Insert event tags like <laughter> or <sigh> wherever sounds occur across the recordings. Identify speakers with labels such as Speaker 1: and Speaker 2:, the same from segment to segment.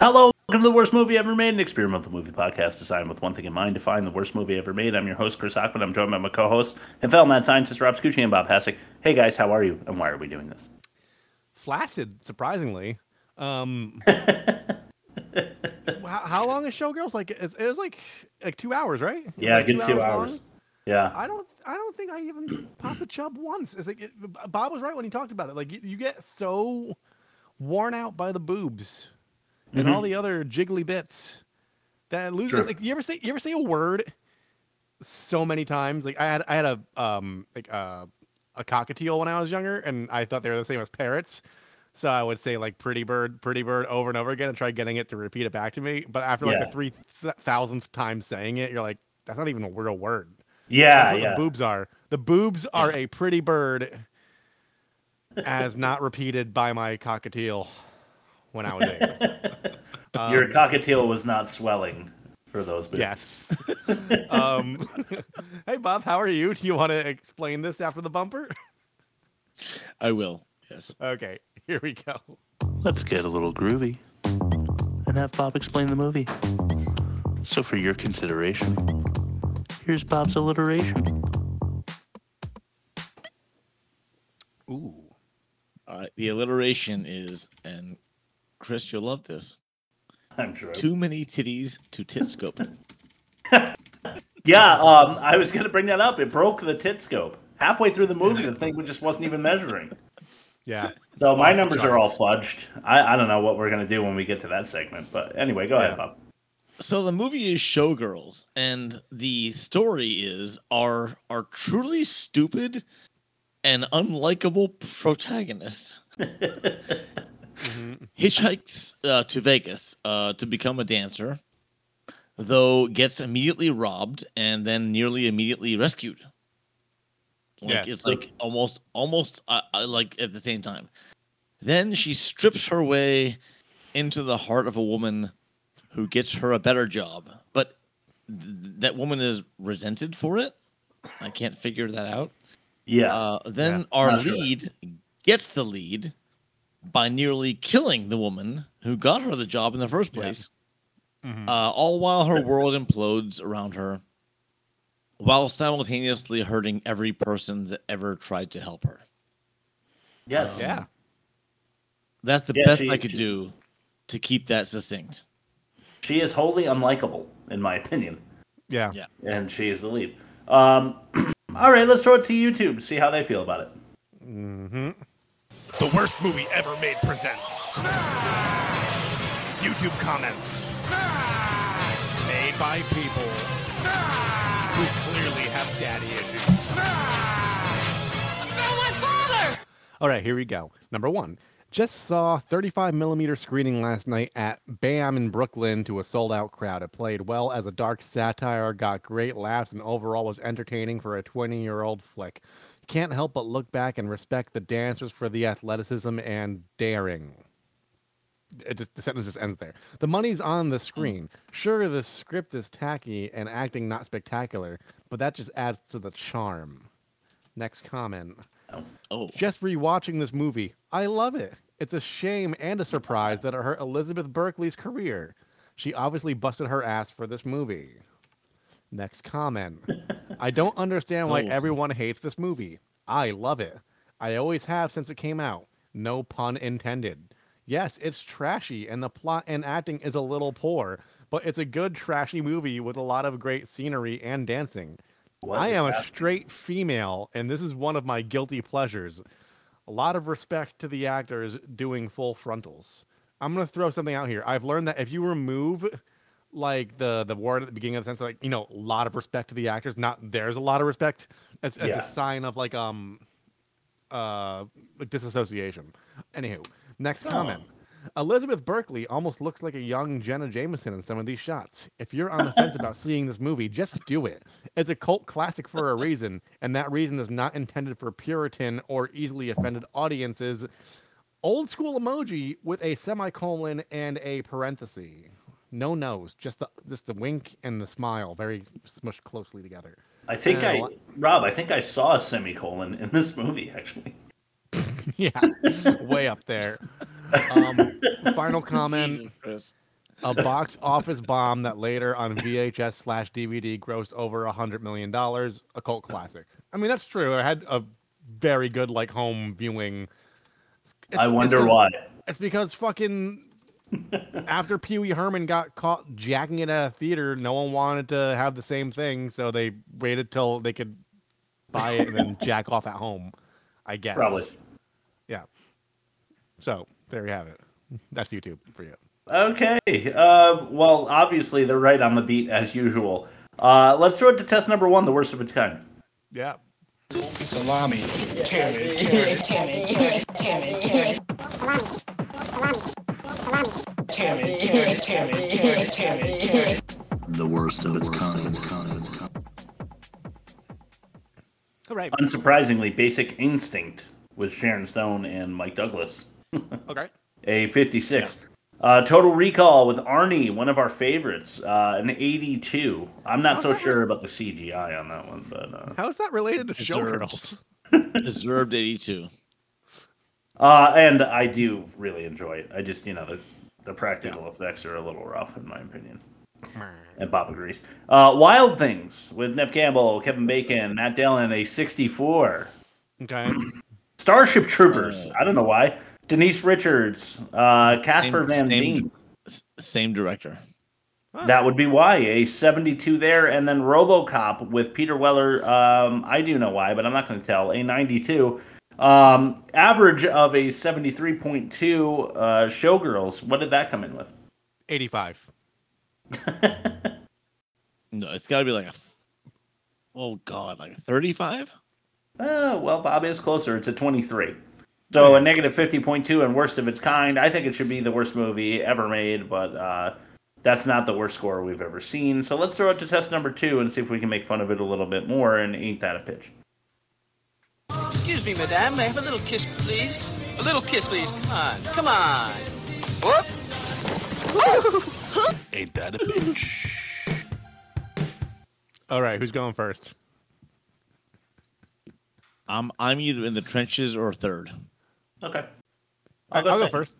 Speaker 1: Hello, welcome to the worst movie ever made, an experimental movie podcast designed with one thing in mind to find the worst movie ever made. I'm your host, Chris Hockman. I'm joined by my co hosts and fellow mad scientist, Rob Scucci and Bob Hassick. Hey, guys, how are you, and why are we doing this?
Speaker 2: Flaccid, surprisingly.
Speaker 1: <laughs>
Speaker 2: Um, how, how long is Showgirls? Like it's- it was like like two hours, right? It was
Speaker 1: Yeah,
Speaker 2: like
Speaker 1: good two hours.
Speaker 2: long.
Speaker 1: Yeah.
Speaker 2: I don't I don't think I even <clears throat> popped a chub once. It's like it, Bob was right when he talked about it. Like you, you get so worn out by the boobs and
Speaker 1: Mm-hmm.
Speaker 2: all the other jiggly bits that it loses.
Speaker 1: True.
Speaker 2: Like you ever say you ever say a word so many times. Like I had I had a um like uh, a cockatiel when I was younger, and I thought they were the same as parrots. So I would say like pretty bird, pretty bird over and over again and try getting it to repeat it back to me. But after like
Speaker 1: Yeah.
Speaker 2: the three thousandth time saying it, you're like, that's not even a real word.
Speaker 1: Yeah,
Speaker 2: That's what
Speaker 1: yeah.
Speaker 2: the boobs are. The boobs are a pretty bird, as not repeated by my cockatiel when I was
Speaker 1: <laughs>
Speaker 2: eight.
Speaker 1: Your cockatiel was not swelling for those boobs.
Speaker 2: Yes. um, <laughs> hey, Bob, how are you? Do you want to explain this after the bumper? <laughs>
Speaker 3: I will. Yes.
Speaker 2: Okay, here we go.
Speaker 1: Let's get a little groovy and have Bob explain the movie. So, for your consideration, here's Bob's alliteration.
Speaker 2: Ooh.
Speaker 3: All right. Uh, The alliteration is, and Chris, you'll love this.
Speaker 1: I'm sure.
Speaker 3: Too many titties to tit scope.
Speaker 1: Yeah, um, I was going to bring that up. It broke the tit scope. Halfway through the movie, the thing just wasn't even measuring.
Speaker 2: Yeah.
Speaker 1: So my
Speaker 2: the
Speaker 1: numbers are all fudged. I, I don't know what we're going to do when we get to that segment. But anyway, go ahead,
Speaker 2: Yeah.
Speaker 1: Bob.
Speaker 3: so the movie is Showgirls, and the story is our our truly stupid and unlikable protagonist
Speaker 2: Mhm.
Speaker 3: hitchhikes uh, to Vegas uh, to become a dancer, though gets immediately robbed and then nearly immediately rescued. Like
Speaker 2: Yes.
Speaker 3: it's like almost almost uh, uh, like at the same time. Then she strips her way into the heart of a woman who gets her a better job, but th- that woman is resented for it. I can't figure that out.
Speaker 1: Yeah,
Speaker 3: Uh, then
Speaker 2: Yeah.
Speaker 3: our
Speaker 1: Not sure.
Speaker 3: lead gets the lead by nearly killing the woman who got her the job in the first
Speaker 2: Yeah.
Speaker 3: place,
Speaker 2: Mhm.
Speaker 3: uh, all while her world implodes around her, while simultaneously hurting every person that ever tried to help her.
Speaker 1: yes,
Speaker 2: yeah.
Speaker 3: That's the
Speaker 1: Yeah,
Speaker 3: best
Speaker 1: she-
Speaker 3: I could
Speaker 1: she-
Speaker 3: do to keep that succinct.
Speaker 1: She is wholly unlikable, in my opinion,
Speaker 2: Yeah.
Speaker 3: Yeah.
Speaker 1: and she is the lead. Um, <clears throat> all right, let's throw it to YouTube. See how they feel about it.
Speaker 2: hmm
Speaker 4: The worst movie ever made presents. YouTube comments. Made by people who clearly have daddy issues.
Speaker 2: All right, here we go. Number one. Just saw 35 millimeter screening last night at BAM in Brooklyn to a sold out crowd. It played well as a dark satire, got great laughs, and overall was entertaining for a 20 year old flick. Can't help but look back and respect the dancers for the athleticism and daring. It just, the sentence just ends there. The money's on the screen. Sure, the script is tacky and acting not spectacular, but that just adds to the charm. Next comment.
Speaker 3: Oh,
Speaker 2: Just rewatching this movie, I love it. It's a shame and a surprise that it hurt Elizabeth Berkley's career. She obviously busted her ass for this movie. Next comment. I don't understand why
Speaker 3: Oh.
Speaker 2: everyone hates this movie. I love it. I always have since it came out. No pun intended. Yes, it's trashy and the plot and acting is a little poor, but it's a good trashy movie with a lot of great scenery and dancing.
Speaker 1: What
Speaker 2: I
Speaker 1: is
Speaker 2: am a
Speaker 1: happening?
Speaker 2: straight female, and this is one of my guilty pleasures. A lot of respect to the actors doing full frontals. I'm gonna throw something out here. I've learned that if you remove like the the word at the beginning of the sentence, like you know, a lot of respect to the actors, not there's a lot of respect. That's, that's
Speaker 1: Yeah.
Speaker 2: a sign of like um uh like disassociation. Anywho, next comment. Elizabeth Berkley almost looks like a young Jenna Jameson in some of these shots. If you're on the fence about seeing this movie, just do it. It's a cult classic for a reason, and that reason is not intended for Puritan or easily offended audiences. Old school emoji with a semicolon and a parenthesis. No nose, just the just the wink and the smile, very smushed closely together.
Speaker 1: I think
Speaker 2: Yeah,
Speaker 1: I,
Speaker 2: what-
Speaker 1: Rob, I think I saw a semicolon in this movie actually.
Speaker 2: <laughs> yeah, way up there. Um, final
Speaker 1: <laughs>
Speaker 2: comment.
Speaker 3: Jesus, Chris.
Speaker 2: a box office bomb that later on VHS slash DVD grossed over a hundred million dollars, a cult classic. I mean, that's true. I had a very good like home viewing. It's-
Speaker 1: I
Speaker 2: it's
Speaker 1: wonder
Speaker 2: 'cause-
Speaker 1: why.
Speaker 2: It's
Speaker 1: <laughs>
Speaker 2: because fucking after Pee Wee Herman got caught jacking it at a theater, no one wanted to have the same thing, so they waited till they could buy it and
Speaker 1: <laughs>
Speaker 2: then jack off at home. I guess
Speaker 1: Probably.
Speaker 2: Yeah. So there you have it. That's YouTube for you.
Speaker 1: Okay. Uh, well, obviously they're right on the beat as usual. Uh, let's throw it to test number one, the worst of its kind.
Speaker 2: Yeah.
Speaker 4: Salami.
Speaker 5: the worst of its kind.
Speaker 2: All right.
Speaker 1: Unsurprisingly, Basic Instinct with Sharon Stone and Mike Douglas.
Speaker 2: Okay.
Speaker 1: a 56. Uh, Total Recall with Arnie, one of our favorites, uh, an 82. I'm not so sure about the CGI on that one, but uh,
Speaker 2: How is that related to
Speaker 3: Deserved.
Speaker 2: Showgirls?
Speaker 3: Deserved 82.
Speaker 1: uh, and I do really enjoy it. I just you know the the practical effects are a little rough in my opinion. And Bob agrees. Uh, Wild Things with Nev Campbell, Kevin
Speaker 3: Mm-hmm.
Speaker 1: Bacon, Matt Dillon, a 64.
Speaker 2: Okay.
Speaker 1: Starship Troopers.
Speaker 3: Uh.
Speaker 1: I don't know why. Denise Richards, uh, Casper
Speaker 3: Same-
Speaker 1: Van
Speaker 3: same-
Speaker 1: Dien.
Speaker 3: S- Same director.
Speaker 1: That would be why a 72 there, and then RoboCop with Peter Weller. Um, I do know why, but I'm not going to tell. A 92, um, average of a 73.2. Uh, Showgirls. What did that come in with?
Speaker 2: 85.
Speaker 3: No, it's got to be like a. Oh God, like a 35.
Speaker 1: Oh, well, Bob is closer. It's a 23. So a negative 50.2 and worst of its kind. I think it should be the worst movie ever made, but uh, that's not the worst score we've ever seen. So let's throw it to test number two and see if we can make fun of it a little bit more. And ain't that a pitch?
Speaker 6: Excuse me, madame. May I have a little kiss, please? A little kiss, please. Come on. Come on. Whoop.
Speaker 5: Ain't that a bitch?
Speaker 2: All right. Who's going first?
Speaker 3: I'm I'm either in the trenches or third.
Speaker 1: Okay.
Speaker 2: I'll go,
Speaker 1: second.
Speaker 2: first.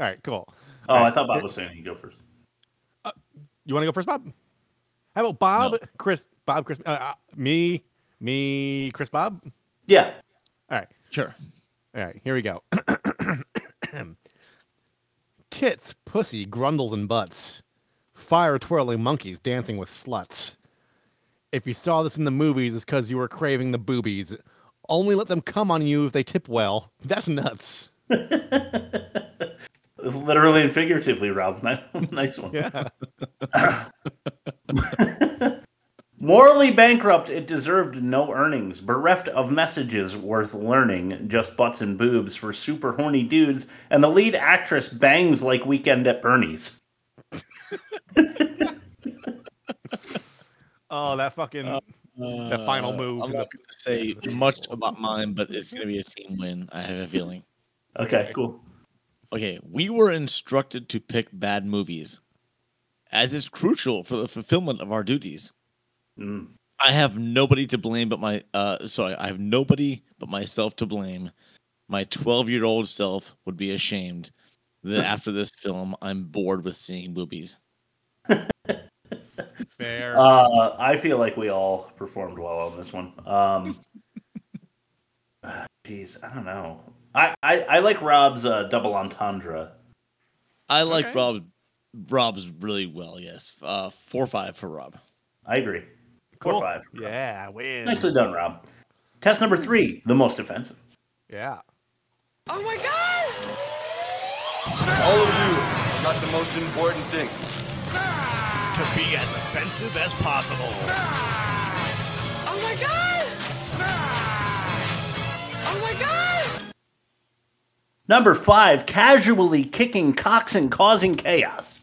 Speaker 2: All right. Cool.
Speaker 1: Oh,
Speaker 2: All
Speaker 1: I
Speaker 2: right,
Speaker 1: thought Bob
Speaker 2: here-
Speaker 1: was saying he'd go first.
Speaker 2: You want to go first, Bob? How about Bob,
Speaker 3: No.
Speaker 2: Chris, Bob, Chris, uh, uh, me, me, Chris, Bob?
Speaker 1: Yeah.
Speaker 2: All right.
Speaker 3: Sure.
Speaker 2: All right, here we go. <coughs> Tits, pussy, grundles, and butts. Fire twirling monkeys dancing with sluts. If you saw this in the movies, it's because you were craving the boobies. Only let them come on you if they tip well. That's nuts.
Speaker 1: Literally and figuratively, Rob. <laughs> nice one.
Speaker 2: Yeah.
Speaker 1: <laughs> Morally bankrupt, it deserved no earnings. Bereft of messages worth learning, just butts and boobs for super horny dudes, and the lead actress bangs like Weekend at Bernie's.
Speaker 2: Oh, that fucking.
Speaker 1: Uh,
Speaker 2: The final
Speaker 3: Uh,
Speaker 2: move
Speaker 3: I'm
Speaker 2: in
Speaker 3: not
Speaker 2: the-
Speaker 3: going to say
Speaker 2: yeah, the-
Speaker 3: much about mine, but it's going to be a team win. I have a feeling.
Speaker 1: Okay,
Speaker 2: Okay.
Speaker 1: cool.
Speaker 3: Okay, we were instructed to pick bad movies, as is crucial for the fulfillment of our duties.
Speaker 1: Mm.
Speaker 3: I have nobody to blame but my uh sorry, I have nobody but myself to blame. My 12-year-old self would be ashamed that after this film I'm bored with seeing boobies.
Speaker 2: fair.
Speaker 1: Uh, I feel like we all performed well on this one.
Speaker 2: <laughs>
Speaker 1: Um, Jeez, I don't know. I, I, I like Rob's uh, double entendre.
Speaker 3: I like
Speaker 2: Okay.
Speaker 3: Rob Rob's really well, yes. Uh 4-5 for Rob.
Speaker 1: I agree. Four
Speaker 2: Cool.
Speaker 1: five.
Speaker 2: Yeah, win.
Speaker 1: Nicely done, Rob. Test number three, the most offensive.
Speaker 2: Yeah.
Speaker 6: Oh my God!
Speaker 7: All of you got the most important thing.
Speaker 4: To be as offensive as possible.
Speaker 6: Oh my God! Oh my God!
Speaker 1: Number five, casually kicking cocks and causing chaos.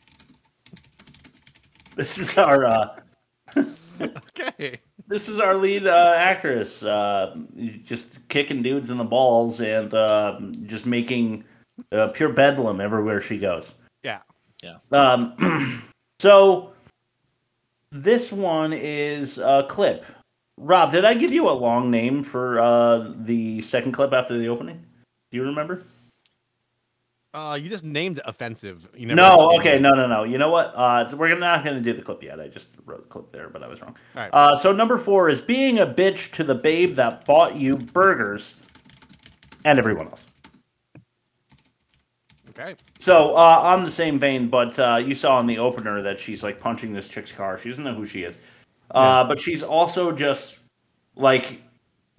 Speaker 1: This is our uh,
Speaker 2: <laughs> Okay.
Speaker 1: this is our lead uh, actress, uh, just kicking dudes in the balls and uh, just making uh, pure bedlam everywhere she goes.
Speaker 2: Yeah.
Speaker 1: Um, <clears throat> so this one is a clip. Rob, did I give you a long name for uh, the second clip after the opening? Do you remember?
Speaker 2: Uh, you just named it offensive. You never
Speaker 1: No,
Speaker 2: named
Speaker 1: okay,
Speaker 2: it.
Speaker 1: no, no, no. You know what? Uh, so we're gonna- not going to do the clip yet. I just wrote the clip there, but I was wrong.
Speaker 2: All right.
Speaker 1: Uh, so number four is being a bitch to the babe that bought you burgers and everyone else.
Speaker 2: Okay.
Speaker 1: So uh, on the same vein, but uh, you saw in the opener that she's like punching this chick's car. She doesn't know who she is, uh, but she's also just like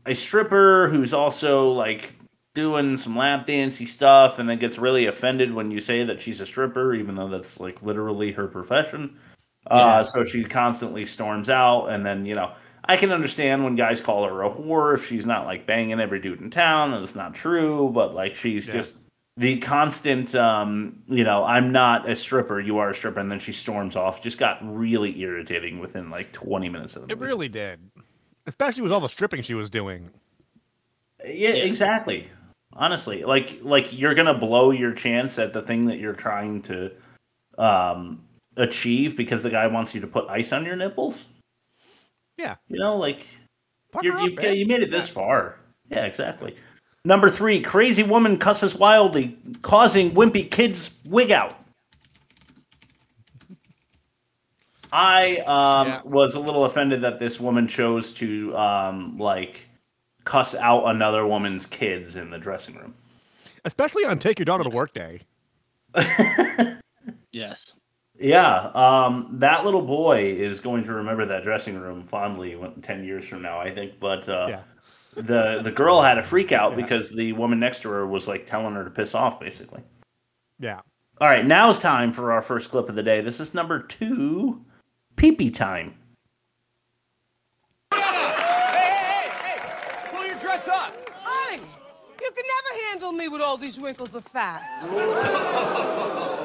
Speaker 1: a stripper who's also like doing some lap dancey stuff, and then gets really offended when you say that she's a stripper, even though that's like literally her profession. Uh, So she constantly storms out, and then you know I can understand when guys call her a whore if she's not like banging every dude in town, and it's not true. But like she's
Speaker 2: Yeah.
Speaker 1: just the constant, um, you know, I'm not a stripper, you are a stripper, and then she storms off. Just got really irritating within like 20 minutes of the
Speaker 2: It
Speaker 1: movie.
Speaker 2: really did, especially with all the stripping she was doing.
Speaker 1: yeah, exactly. Honestly, like like you're gonna blow your chance at the thing that you're trying to um, achieve because the guy wants you to put ice on your nipples.
Speaker 2: Yeah.
Speaker 1: you know, like
Speaker 2: Fuck
Speaker 1: You're,
Speaker 2: her
Speaker 1: you,
Speaker 2: up, eh? man.
Speaker 1: you made it this far. Yeah, exactly. Number three, crazy woman cusses wildly, causing wimpy kids wig out. I um,
Speaker 2: Yeah.
Speaker 1: was a little offended that this woman chose to um, like cuss out another woman's kids in the dressing room.
Speaker 2: especially on take your daughter to work day.
Speaker 3: Yes.
Speaker 1: Yeah, um, that little boy is going to remember that dressing room fondly when, ten years from now, I think. But uh,
Speaker 2: Yeah.
Speaker 1: the the girl had a freak out
Speaker 2: Yeah.
Speaker 1: because the woman next to her was like telling her to piss off basically
Speaker 2: Yeah.
Speaker 1: all right now is time for our first clip of the day this is number two pee time
Speaker 8: Hey, hey, hey! Pull your dress up! Honey, you can never handle me with all these wrinkles of fat.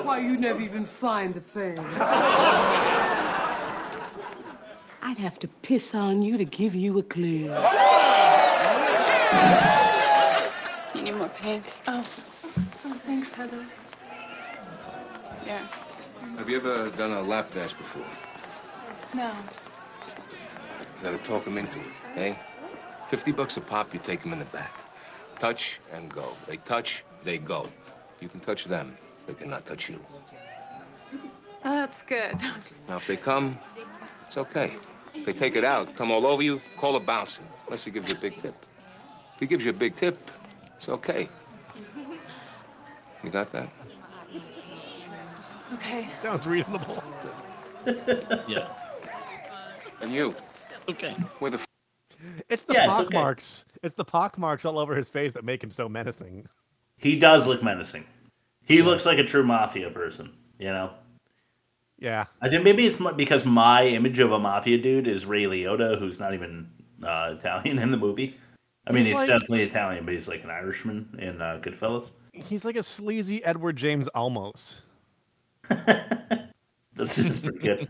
Speaker 8: Why, you never even find the thing. I'd have to piss on you to give you a clear.
Speaker 9: You need more pink. Oh. oh thanks, Heather. Yeah.
Speaker 7: Have you ever done a lap dance before?
Speaker 9: No.
Speaker 7: That'll talk them into it, eh? 50 bucks a pop, you take them in the back. Touch and go. They touch, they go. You can touch them, they cannot touch you.
Speaker 9: Oh, that's good.
Speaker 7: Now, if they come, it's okay. If they take it out, come all over you, call a bouncer, unless he gives you a big tip. If he gives you a big tip, it's okay. You got that?
Speaker 9: Okay.
Speaker 2: Sounds reasonable. <laughs>
Speaker 3: <laughs> Yeah.
Speaker 7: And you,
Speaker 3: Okay.
Speaker 7: where the f-
Speaker 2: It's the
Speaker 1: Yeah, it's
Speaker 2: pock
Speaker 1: okay.
Speaker 2: marks. It's the pock marks all over his face that make him so menacing.
Speaker 1: he does look menacing he looks like a true mafia person you know
Speaker 2: Yeah.
Speaker 1: i think maybe it's mu- because my image of a mafia dude is ray liotta who's not even uh, italian in the movie i mean
Speaker 2: He's
Speaker 1: he's,
Speaker 2: like-
Speaker 1: definitely italian but he's like an irishman in uh, goodfellas
Speaker 2: He's like a sleazy Edward James almost.
Speaker 1: <laughs> This is pretty good.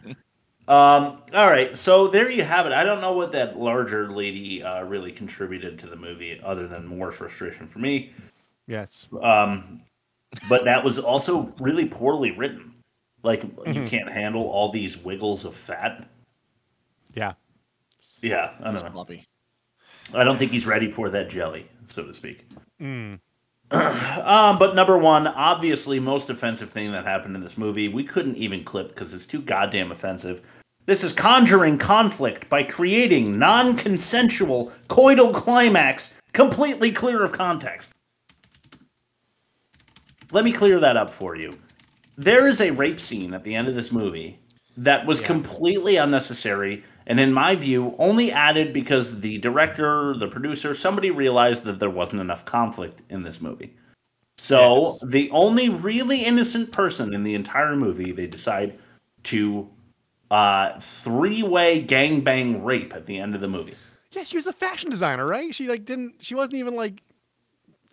Speaker 1: um, all right, so there you have it. I don't know what that larger lady uh, really contributed to the movie, other than more frustration for me.
Speaker 2: Yes.
Speaker 1: Um, but that was also really poorly written. Like you can't handle all these wiggles of fat.
Speaker 2: Yeah.
Speaker 1: Yeah, I
Speaker 3: It's
Speaker 1: don't know.
Speaker 3: floppy.
Speaker 1: I don't think he's ready for that jelly, so to speak.
Speaker 2: Mm.
Speaker 1: <clears throat> Um, but number one, obviously, most offensive thing that happened in this movie, we couldn't even clip because it's too goddamn offensive. This is conjuring conflict by creating non consensual coital climax completely clear of context. Let me clear that up for you. There is a rape scene at the end of this movie that was completely unnecessary and, in my view, only added because the director, the producer, somebody realized that there wasn't enough conflict in this movie. So
Speaker 2: Yes.
Speaker 1: the only really innocent person in the entire movie, they decide to uh, three-way gangbang rape at the end of the movie.
Speaker 2: Yeah, she was a fashion designer, right? She like didn't she wasn't even like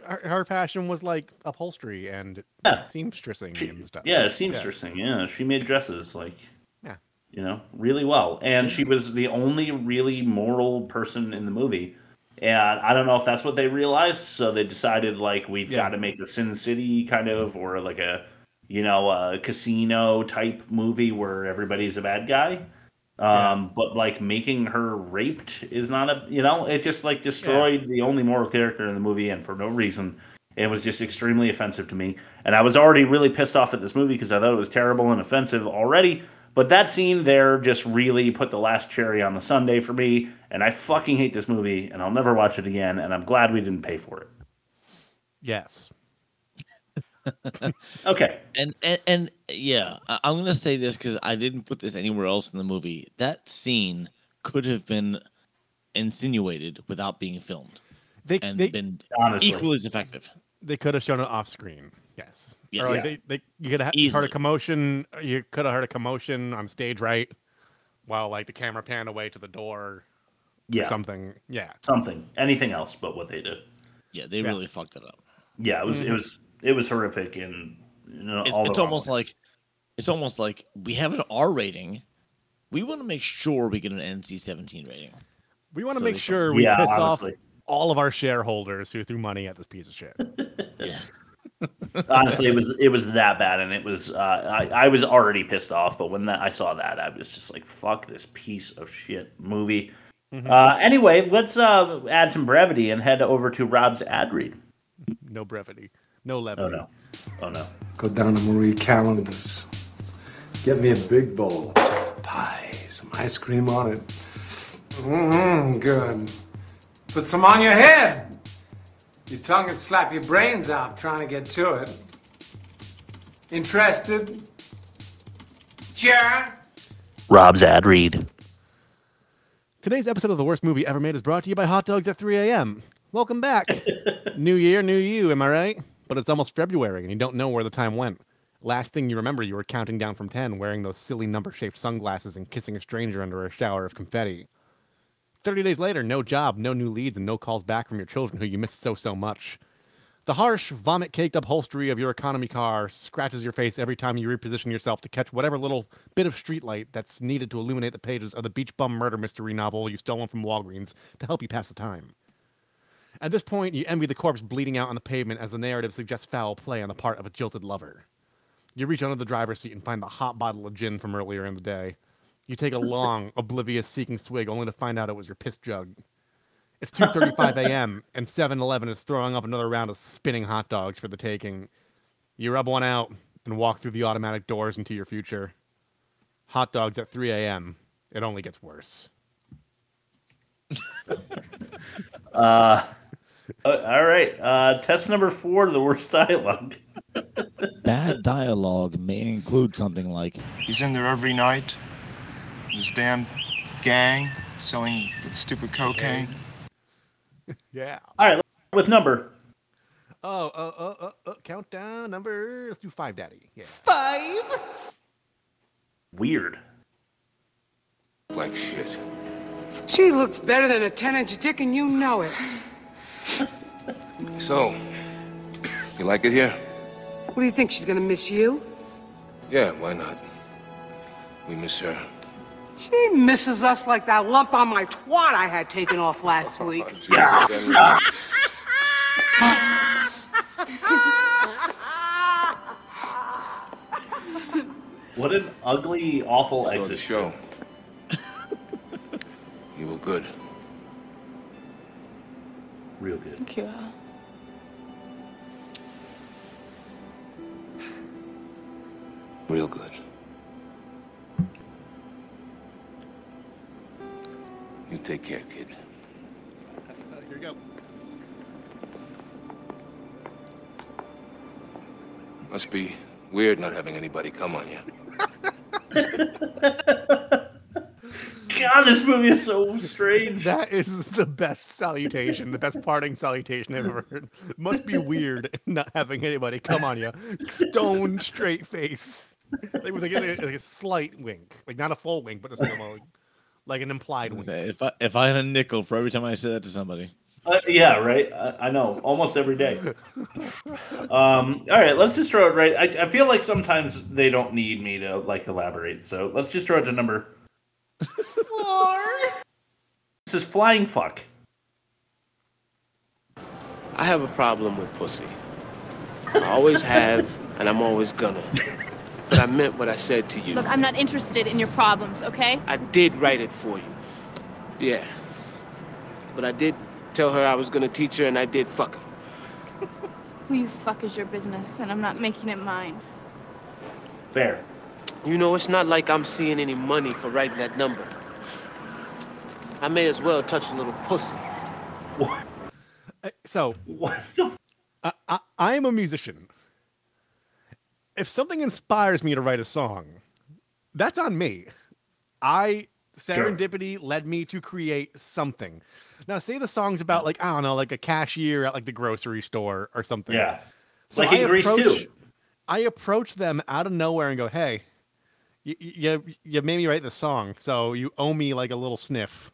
Speaker 2: her, her passion was like upholstery and
Speaker 1: Yeah.
Speaker 2: seamstressing and stuff.
Speaker 1: Yeah, seamstress thing. Yeah, she made dresses like,
Speaker 2: Yeah.
Speaker 1: you know, really well, and she was the only really moral person in the movie. And I don't know if that's what they realized, so they decided like we've
Speaker 2: Yeah.
Speaker 1: got to make the Sin City kind of or like a, you know, a casino type movie where everybody's a bad guy. Um, but like making her raped is not a you know it just like destroyed the only moral character in the movie and for no reason It was just extremely offensive to me. And I was already really pissed off at this movie because I thought it was terrible and offensive already. But that scene there just really put the last cherry on the Sunday for me. And I fucking hate this movie and I'll never watch it again. And I'm glad we didn't pay for it.
Speaker 2: Yes.
Speaker 1: Okay.
Speaker 3: And and, and yeah, I, I'm gonna say this because I didn't put this anywhere else in the movie. That scene could have been insinuated without being filmed
Speaker 2: They
Speaker 3: and
Speaker 2: they,
Speaker 3: been
Speaker 1: Honestly.
Speaker 3: equally as effective.
Speaker 2: they could have shown it off screen. Yes.
Speaker 3: Yes.
Speaker 2: Or like
Speaker 3: Yeah.
Speaker 2: they, they you could have heard
Speaker 3: Easily.
Speaker 2: a commotion. You could have heard a commotion on stage right, while like the camera panned away to the door or
Speaker 1: Yeah.
Speaker 2: something. Yeah.
Speaker 1: something. Anything else but what they did.
Speaker 3: Yeah, they
Speaker 2: Yeah.
Speaker 3: really fucked it up.
Speaker 1: Yeah. It was, it was, it was horrific. And, you know,
Speaker 3: It's,
Speaker 1: all the
Speaker 3: it's
Speaker 1: wrong
Speaker 3: almost
Speaker 1: ways.
Speaker 3: like it's almost like we have an R rating. We want to make sure we get an NC-17 rating.
Speaker 2: We want to
Speaker 3: So
Speaker 2: make
Speaker 3: they-
Speaker 2: sure we
Speaker 1: Yeah,
Speaker 2: piss
Speaker 1: honestly.
Speaker 2: off all of our shareholders who threw money at this piece of shit.
Speaker 3: Yes.
Speaker 1: honestly it was it was that bad and it was uh, I, I was already pissed off but when that i saw that i was just like fuck this piece of shit movie uh, anyway let's uh, add some brevity and head over to rob's ad read
Speaker 2: No brevity. No
Speaker 1: oh
Speaker 2: levity.
Speaker 1: no oh no
Speaker 5: Go down to Marie Callender's. Get me a big bowl of pie, some ice cream on it. Mmm, good. Put some on your head. Your tongue would slap your brains out trying to get to it. Interested? Sure.
Speaker 1: rob's ad read
Speaker 2: Today's episode of the worst movie ever made is brought to you by hot dogs at 3 a.m. Welcome back. new year, new you. Am I right? But it's almost February, and you don't know where the time went. Last thing you remember, you were counting down from 10, wearing those silly number-shaped sunglasses and kissing a stranger under a shower of confetti. 30 days later, no job, no new leads, and no calls back from your children who you missed so, so much. The harsh, vomit caked upholstery of your economy car scratches your face every time you reposition yourself to catch whatever little bit of streetlight that's needed to illuminate the pages of the beach bum murder mystery novel you stole from Walgreens to help you pass the time. At this point, you envy the corpse bleeding out on the pavement as the narrative suggests foul play on the part of a jilted lover. You reach under the driver's seat and find the hot bottle of gin from earlier in the day. You take a long, oblivious seeking swig only to find out it was your piss jug. It's <laughs> 2:35 a.m. and 7-Eleven is throwing up another round of spinning hot dogs for the taking. You rub one out and walk through the automatic doors into your future. Hot dogs at 3 a.m. It only gets worse.
Speaker 1: uh, all right uh, test number four the worst <laughs> dialogue
Speaker 3: Bad dialogue may include something like
Speaker 10: He's in there every night. His damn gang selling that stupid cocaine.
Speaker 2: Yeah.
Speaker 1: all right with number
Speaker 2: Oh, oh, oh, oh, oh countdown number. Let's do five, Daddy. Yeah.
Speaker 8: Five.
Speaker 1: weird
Speaker 7: Like shit.
Speaker 8: She looks better than a 10 inch dick, and you know it.
Speaker 7: So, you like it here?
Speaker 8: What do you think? She's gonna miss you?
Speaker 7: Yeah, why not? We miss her.
Speaker 8: She misses us like that lump on my twat I had taken off last week.
Speaker 7: Yeah.
Speaker 1: what an ugly awful
Speaker 7: Saw the
Speaker 1: exit
Speaker 7: show. You were good.
Speaker 1: real good
Speaker 9: Thank you all.
Speaker 7: Real good. You take care, kid.
Speaker 2: here we go.
Speaker 7: Must be weird not having anybody come on you.
Speaker 1: god this movie is so strange
Speaker 2: That is the best salutation, the best parting salutation I've ever heard. Must be weird not having anybody come on you. Stone straight face. Like with like a, like a slight wink. Like not a full wink, but just like, a- like an implied wink.
Speaker 3: if I if I had a nickel for every time I said that to somebody.
Speaker 1: Uh, yeah, right. I, I know almost every day. Um, all right, let's just throw it right. I, I feel like sometimes they don't need me to like elaborate, so let's just throw it to number. This is flying fuck.
Speaker 4: I have a problem with pussy. I always have, and I'm always gonna. But I meant what I said to you.
Speaker 9: Look, I'm not interested in your problems, okay?
Speaker 4: I did write it for you. Yeah. But I did tell her I was gonna teach her, and I did fuck her.
Speaker 9: Who you fuck is your business, and I'm not making it mine.
Speaker 1: Fair.
Speaker 4: You know, it's not like I'm seeing any money for writing that number. I may as well touch a little pussy.
Speaker 2: Uh, So
Speaker 1: what the?
Speaker 2: I, I, I'm a musician. If something inspires me to write a song, that's on me. I serendipity led me to create something. Now, say the song's about like I don't know, like a cashier at like the grocery store or something.
Speaker 1: Yeah. Like in Grease too.
Speaker 2: I approach them out of nowhere and go, "Hey, you you you made me write this song, so you owe me like a
Speaker 1: <laughs>
Speaker 2: little sniff."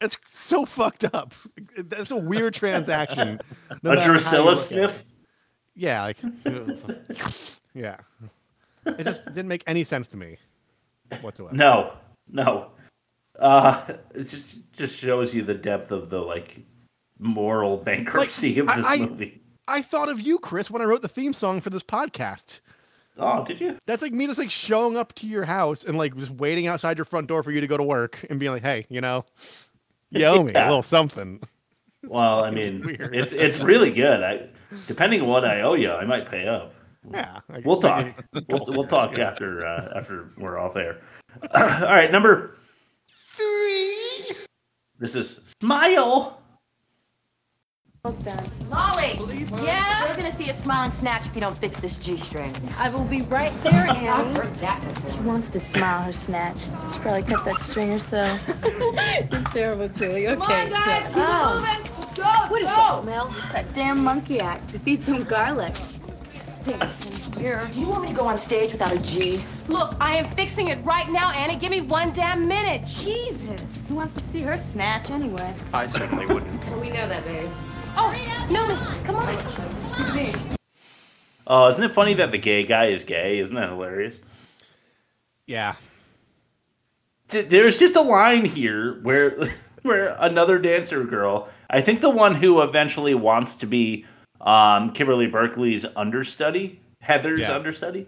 Speaker 2: It's so fucked up. That's a
Speaker 1: <laughs>
Speaker 2: weird transaction. no
Speaker 1: a
Speaker 2: matter how you
Speaker 1: Drusilla
Speaker 2: look at it.
Speaker 1: sniff?
Speaker 2: Yeah, like <laughs> yeah. It just didn't make any sense to me whatsoever.
Speaker 1: No, no. Uh, it just just shows you the depth of the like moral bankruptcy of
Speaker 2: Like,
Speaker 1: this
Speaker 2: I- I-
Speaker 1: movie.
Speaker 2: I thought of you, Chris, when I wrote the theme song for this podcast.
Speaker 1: Oh, did you?
Speaker 2: That's like me just like showing up to your house and like just waiting outside your front door for you to go to work and being like, "Hey, you know, you owe me
Speaker 1: Yeah.
Speaker 2: a little something."
Speaker 1: Well, I mean, it's it's really good. I depending on what I owe you, I might pay up.
Speaker 2: Yeah, I-
Speaker 1: We'll talk.
Speaker 2: maybe-
Speaker 1: We'll, we'll talk after uh, after we're off air. <coughs> All right, number
Speaker 8: Three.
Speaker 1: this is smile.
Speaker 11: Almost done. Molly! Yeah? You're gonna see a smile and snatch if you don't fix this G string. I will be right there, Annie.
Speaker 12: She wants to smile her snatch. She probably cut that string herself. You're terrible, Julie.
Speaker 11: Come on, guys, keep
Speaker 12: Oh.
Speaker 11: moving. Go,
Speaker 12: What is
Speaker 11: go.
Speaker 12: that smell? It's that damn monkey act. He feeds him garlic. Stinks in here.
Speaker 11: Do you want me to go on stage without a G? Look, I am fixing it right now, Annie. Give me one damn minute. Jesus.
Speaker 12: Who wants to see her snatch anyway?
Speaker 13: I certainly wouldn't.
Speaker 12: We know that, babe.
Speaker 11: Oh, no, no. Come on. Excuse me.
Speaker 1: Oh, isn't it funny that the gay guy is gay? Isn't that hilarious?
Speaker 2: Yeah.
Speaker 1: Th- There's just a line here where <laughs> where another dancer girl, I think the one who eventually wants to be um, Kimberly Berkeley's understudy, Heather's
Speaker 2: Yeah.
Speaker 1: understudy,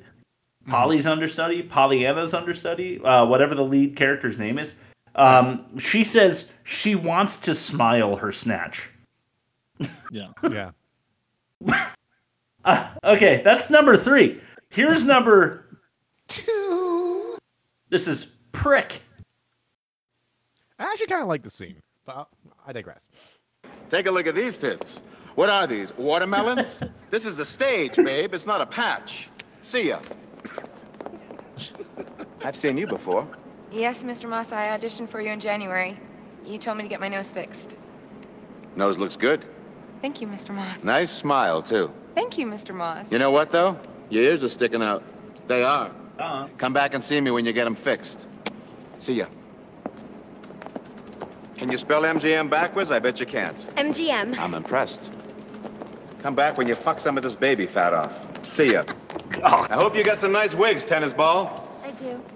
Speaker 1: Polly's understudy, Pollyanna's understudy, uh, whatever the lead character's name is. Um, she says she wants to smile her snatch.
Speaker 2: <laughs>
Speaker 3: Yeah.
Speaker 2: Yeah.
Speaker 1: Uh, okay, that's number three. Here's number
Speaker 2: two.
Speaker 1: This is prick.
Speaker 2: I actually kind of like the scene, but I'll- I digress.
Speaker 13: Take a look at these tits. What are these? Watermelons? this is a stage, babe. It's not a patch. See ya.
Speaker 7: I've seen you before.
Speaker 14: Yes, Mr. Moss, I auditioned for you in January. You told me to get my nose fixed.
Speaker 13: Nose looks good.
Speaker 14: Thank you, Mr. Moss.
Speaker 13: Nice smile, too.
Speaker 14: Thank you, Mr. Moss.
Speaker 13: You know what, though? Your ears are sticking out. They are. Uh-huh. Come back and see me when you get them fixed. See ya. Can you spell MGM backwards? I bet you can't.
Speaker 12: MGM.
Speaker 13: I'm impressed. Come back when you fuck some of this baby fat off. See ya. I hope you got some nice wigs, tennis ball.
Speaker 12: I do.
Speaker 13: <laughs>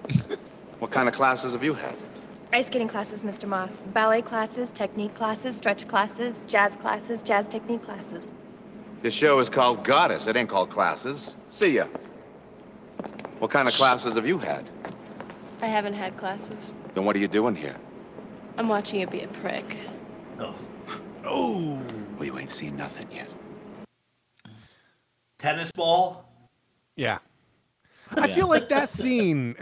Speaker 13: What kind of classes have you had?
Speaker 12: Ice skating classes, Mr. Moss. Ballet classes, technique classes, stretch classes, jazz classes, jazz technique classes.
Speaker 13: This show is called Goddess. It ain't called classes. See ya. What kind of classes have you had?
Speaker 12: I haven't had classes.
Speaker 13: Then what are you doing here?
Speaker 12: I'm watching you be a prick.
Speaker 13: Oh. Well, you ain't seen nothing yet.
Speaker 1: Tennis ball.
Speaker 2: Yeah. I feel like that scene,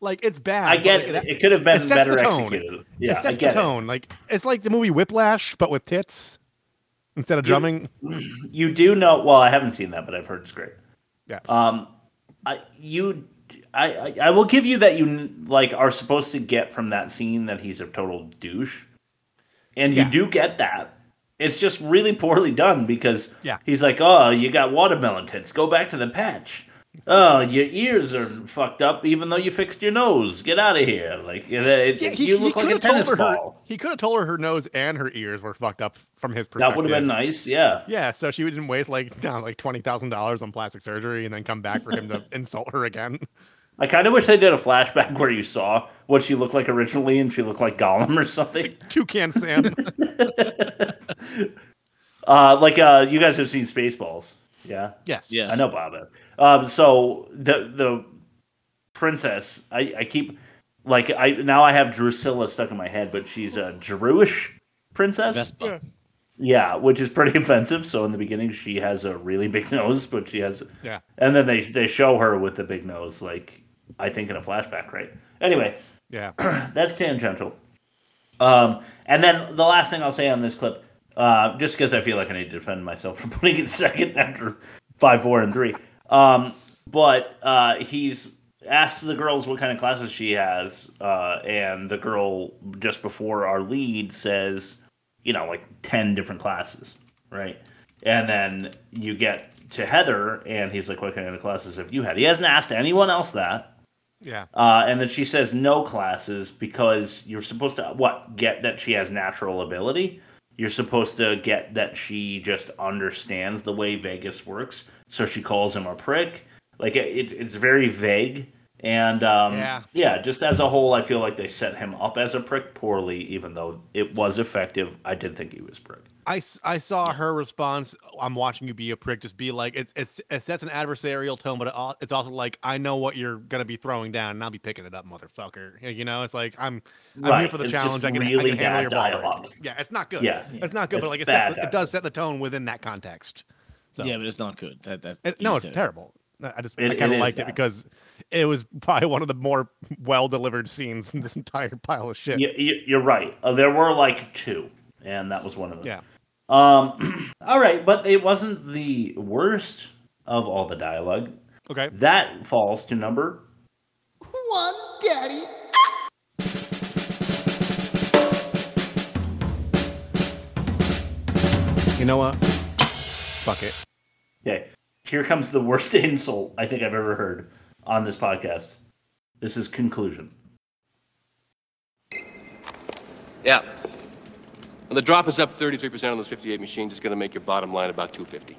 Speaker 2: like it's bad.
Speaker 1: I
Speaker 2: but,
Speaker 1: get
Speaker 2: like,
Speaker 1: it.
Speaker 2: that-
Speaker 1: It could have been
Speaker 2: sets the
Speaker 1: better
Speaker 2: tone.
Speaker 1: executed. Yeah,
Speaker 2: it
Speaker 1: I
Speaker 2: sets
Speaker 1: get it.
Speaker 2: the tone. Like it's like the movie Whiplash, but with tits instead of drumming.
Speaker 1: You do know. Well, I haven't seen that, but I've heard it's great.
Speaker 2: Yeah.
Speaker 1: Um, I you, I I, I will give you that you like are supposed to get from that scene that he's a total douche, and you
Speaker 2: Yeah.
Speaker 1: do get that. It's just really poorly done because
Speaker 2: Yeah.
Speaker 1: he's like, oh, you got watermelon tits. Go back to the patch. Oh, your ears are fucked up, even though you fixed your nose. Get out of here! Like it- it-
Speaker 2: Yeah, he-
Speaker 1: you
Speaker 2: he
Speaker 1: look like a
Speaker 2: could've told
Speaker 1: tennis
Speaker 2: her her-
Speaker 1: ball.
Speaker 2: he could have told her her nose and her ears were fucked up from his perspective.
Speaker 1: That would have been nice. Yeah.
Speaker 2: Yeah, so she didn't waste like <laughs> down like twenty thousand dollars on plastic surgery and then come back for <laughs> him to insult her again.
Speaker 1: I kind of wish they did a flashback where you saw what she looked like originally, and she looked like Gollum or something.
Speaker 2: Toucan Sam.
Speaker 1: Uh, like uh, you guys have seen Spaceballs, yeah?
Speaker 2: Yes.
Speaker 3: Yes.
Speaker 1: I know Bob. has. Um, so the the princess, I, I keep like I now I have Drusilla stuck in my head, but she's a Jewish princess.
Speaker 3: Vespa.
Speaker 1: Yeah, which is pretty <laughs> offensive. So in the beginning, she has a really big <laughs> nose, but she has
Speaker 2: Yeah.
Speaker 1: and then they they show her with the big nose, like I think in a flashback, right? Anyway,
Speaker 2: <clears throat> Yeah.
Speaker 1: that's tangential. Um, and then the last thing I'll say on this clip, uh, just because I feel like I need to defend myself <laughs> for putting it second after five, four, and three. Um, but uh, he's asks the girls what kind of classes she has, uh, and the girl just before our lead says, you know, like ten different classes, right? And then you get to Heather, and he's like, "What kind of classes have you had?" He hasn't asked anyone else that.
Speaker 2: Yeah.
Speaker 1: Uh, and then she says no classes because you're supposed to what get that she has natural ability. You're supposed to get that she just understands the way Vegas works. So she calls him a prick. Like it, it's- it's very vague. And um,
Speaker 2: Yeah.
Speaker 1: just as a whole, I feel like they set him up as a prick poorly, even though it was effective. I did think he was prick.
Speaker 2: I, s- I saw her response. I'm watching you be a prick. Just be like it's it's it sets an adversarial tone, but it, al- it's also like I know what you're gonna be throwing down, and I'll be picking it up, motherfucker. You know, it's like I'm I'm here
Speaker 1: Right,
Speaker 2: for the
Speaker 1: it's just
Speaker 2: challenge. I can, I
Speaker 1: really
Speaker 2: can handle
Speaker 1: bad
Speaker 2: your ball break.
Speaker 1: dialogue.
Speaker 2: Yeah, it's not good.
Speaker 1: Yeah.
Speaker 2: it's not good.
Speaker 1: It's
Speaker 2: but like it,
Speaker 1: bad
Speaker 2: sets, the- it does set the tone within that context. So
Speaker 3: Yeah, but it's not good. That that
Speaker 2: it,
Speaker 3: you
Speaker 2: no, it's
Speaker 3: said it.
Speaker 2: terrible. I I just
Speaker 3: It-
Speaker 2: I
Speaker 3: it
Speaker 2: kind of
Speaker 3: is
Speaker 2: liked it
Speaker 3: bad.
Speaker 2: because it was probably one of the more well delivered scenes in this entire pile of shit.
Speaker 1: You, you, you're right. Uh, there were like two, and that was one of them.
Speaker 2: Yeah.
Speaker 1: Um, <clears throat> all right, but it wasn't the worst of all the dialogue.
Speaker 2: Okay.
Speaker 1: That falls to number.
Speaker 15: One daddy.
Speaker 2: You know what? Fuck it.
Speaker 1: Okay. Here comes the worst <laughs> insult I think I've ever heard on this podcast. This is conclusion.
Speaker 7: Yeah. And the drop is up 33% on those 58 machines. It's going to make your bottom line about 250.